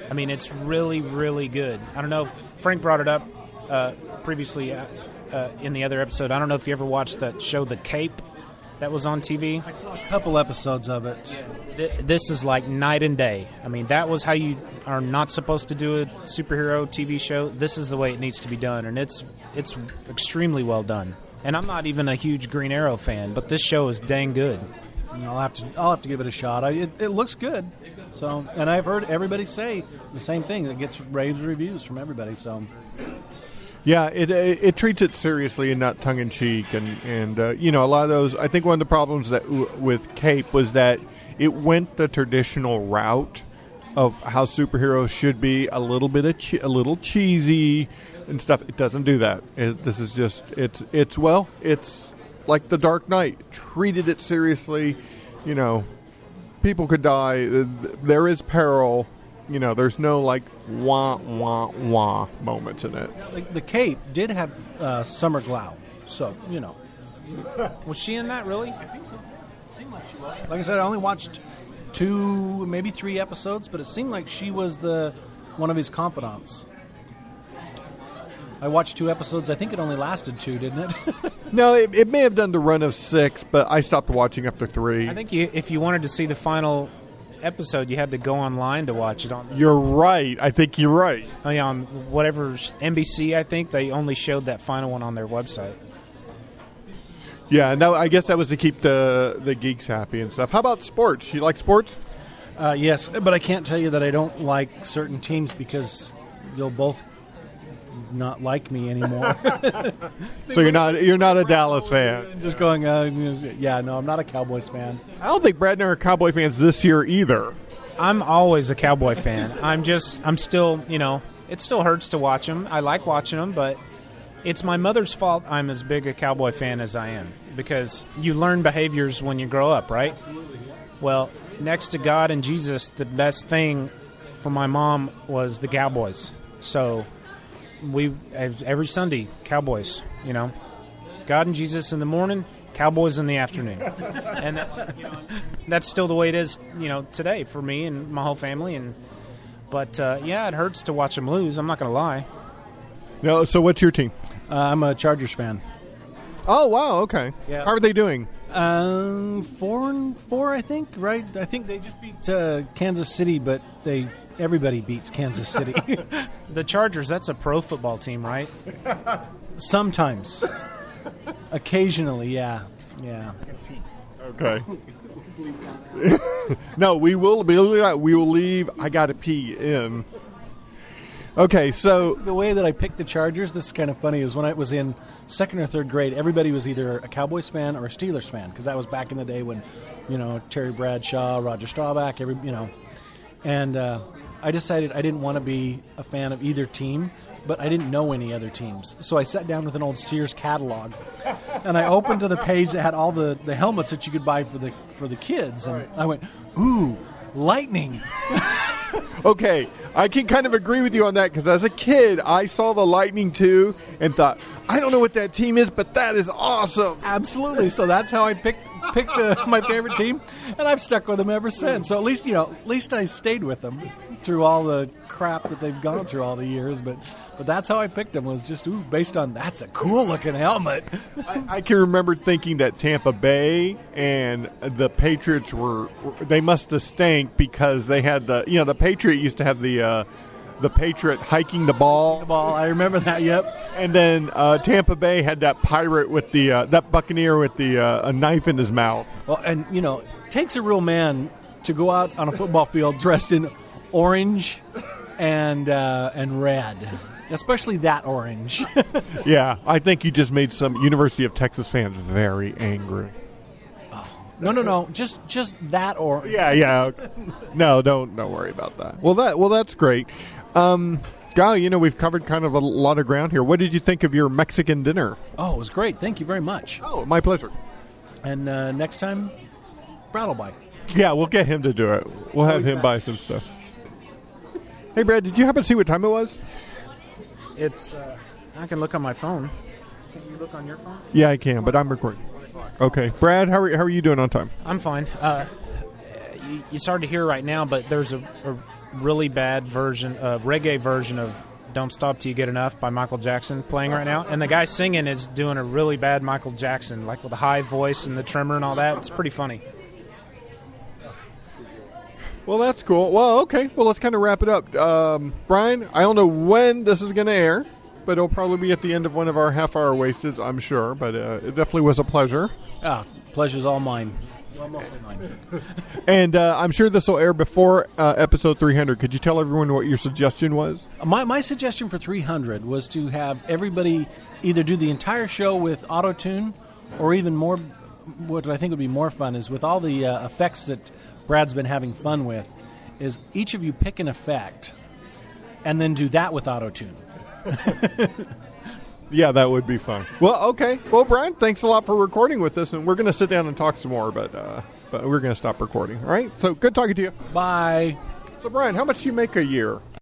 S: I mean, it's really really good. I don't know. Frank brought it up uh, previously uh, uh, in the other episode. I don't know if you ever watched that show, The Cape, that was on TV.
X: I saw a couple episodes of it.
S: Th- this is like night and day. I mean, that was how you are not supposed to do a superhero TV show. This is the way it needs to be done, and it's it's extremely well done. And I'm not even a huge Green Arrow fan, but this show is dang good.
X: I'll have to I'll have to give it a shot. I, it, it, looks good. So, and I've heard everybody say the same thing. It gets rave reviews from everybody. So,
B: yeah, it, it, it treats it seriously and not tongue in cheek. And and uh, you know, a lot of those. I think one of the problems that with Cape was that it went the traditional route of how superheroes should be a little bit of che- a little cheesy and stuff. It doesn't do that. It, this is just it's it's well, it's like the Dark Knight treated it seriously. You know, people could die. There is peril. You know, there's no like wah wah wah moments in it.
X: The, the Cape did have uh, Summer Glau, so you know.
S: was she in that really?
X: I think so. Seemed like she was. Like I said, I only watched two, maybe three episodes, but it seemed like she was the one of his confidants. I watched two episodes. I think it only lasted two, didn't it?
B: no, it, it, may have done the run of six, but I stopped watching after three.
S: I think you, if you wanted to see the final episode, you had to go online to watch it. On
B: the- you're right. I think you're right.
S: Oh, yeah, on whatever NBC, I think they only showed that final one on their website.
B: Yeah, no, I guess that was to keep the the geeks happy and stuff. How about sports? You like sports?
X: Uh, yes, but I can't tell you that I don't like certain teams because you'll both not like me anymore.
B: so you're not you're not a Dallas fan.
X: Just going, uh, yeah, no, I'm not a Cowboys fan.
B: I don't think Brad and I are Cowboy fans this year either.
S: I'm always a Cowboy fan. I'm just I'm still you know it still hurts to watch them. I like watching them, but it's my mother's fault. I'm as big a Cowboy fan as I am because you learn behaviors when you grow up, right? Absolutely. Yeah. Well, next to God and Jesus, the best thing for my mom was the Cowboys. So we every Sunday Cowboys. You know,
Y: God and Jesus in the morning, Cowboys in the afternoon. and that, that's still the way it is, you know, today for me and my whole family. And But uh, yeah, it hurts to watch them lose. I'm not going to lie.
B: No, so what's your team?
S: Uh, I'm a Chargers fan.
B: Oh, wow. Okay.
S: Yeah.
B: How are they doing?
S: Um, four and four, I think. Right? I think they just beat uh, Kansas City, but they everybody beats Kansas City.
Y: the Chargers. That's a pro football team, right?
S: Sometimes, occasionally, yeah, yeah.
B: Okay. no, we will be. We will leave. I got to pee in. Okay, so
S: the way that I picked the Chargers, this is kind of funny, is when I was in second or third grade, everybody was either a Cowboys fan or a Steelers fan because that was back in the day when, you know, Terry Bradshaw, Roger Staubach, every you know, and uh, I decided I didn't want to be a fan of either team, but I didn't know any other teams, so I sat down with an old Sears catalog, and I opened to the page that had all the, the helmets that you could buy for the for the kids, and I went, ooh, Lightning.
B: okay, I can kind of agree with you on that because as a kid, I saw the Lightning too and thought, I don't know what that team is, but that is awesome.
S: Absolutely. So that's how I picked picked the, my favorite team, and I've stuck with them ever since. So at least you know, at least I stayed with them through all the crap that they've gone through all the years. But but that's how I picked them was just ooh, based on that's a cool looking helmet.
B: I, I can remember thinking that Tampa Bay and the Patriots were they must have stank because they had the you know the Patriot used to have the. Uh, the Patriot hiking the ball.
S: The ball, I remember that. Yep.
B: And then uh, Tampa Bay had that pirate with the uh, that Buccaneer with the uh, a knife in his mouth.
S: Well, and you know, takes a real man to go out on a football field dressed in orange and uh, and red. Especially that orange.
B: yeah, I think you just made some University of Texas fans very angry.
S: No, no, no. Just just that or
B: yeah, yeah. No, don't don't worry about that. Well, that well that's great. Um, Guy, you know we've covered kind of a lot of ground here. What did you think of your Mexican dinner?
S: Oh, it was great. Thank you very much.
B: Oh, my pleasure.
S: And uh, next time, Brattle Bike.
B: Yeah, we'll get him to do it. We'll have him buy some stuff. Hey, Brad, did you happen to see what time it was?
Y: It's. Uh, I can look on my phone.
Z: Can you look on your phone?
B: Yeah, I can, but I'm recording. Okay, Brad, how are how are you doing on time?
Y: I'm fine. Uh, y- it's hard to hear right now, but there's a, a really bad version, a reggae version of "Don't Stop Till You Get Enough" by Michael Jackson playing right now, and the guy singing is doing a really bad Michael Jackson, like with a high voice and the tremor and all that. It's pretty funny.
B: Well, that's cool. Well, okay. Well, let's kind of wrap it up. Um, Brian, I don't know when this is going to air but it'll probably be at the end of one of our half hour wasted, I'm sure. But uh, it definitely was a pleasure.
S: Ah, pleasure's all mine. Well, mostly mine.
B: and uh, I'm sure this will air before uh, episode 300. Could you tell everyone what your suggestion was?
S: My, my suggestion for 300 was to have everybody either do the entire show with auto tune or even more, what I think would be more fun is with all the uh, effects that Brad's been having fun with, is each of you pick an effect and then do that with auto tune.
B: yeah, that would be fun. Well, okay. Well, Brian, thanks a lot for recording with us, and we're going to sit down and talk some more, but uh, but we're going to stop recording. All right. So good talking to you.
S: Bye.
B: So, Brian, how much do you make a year?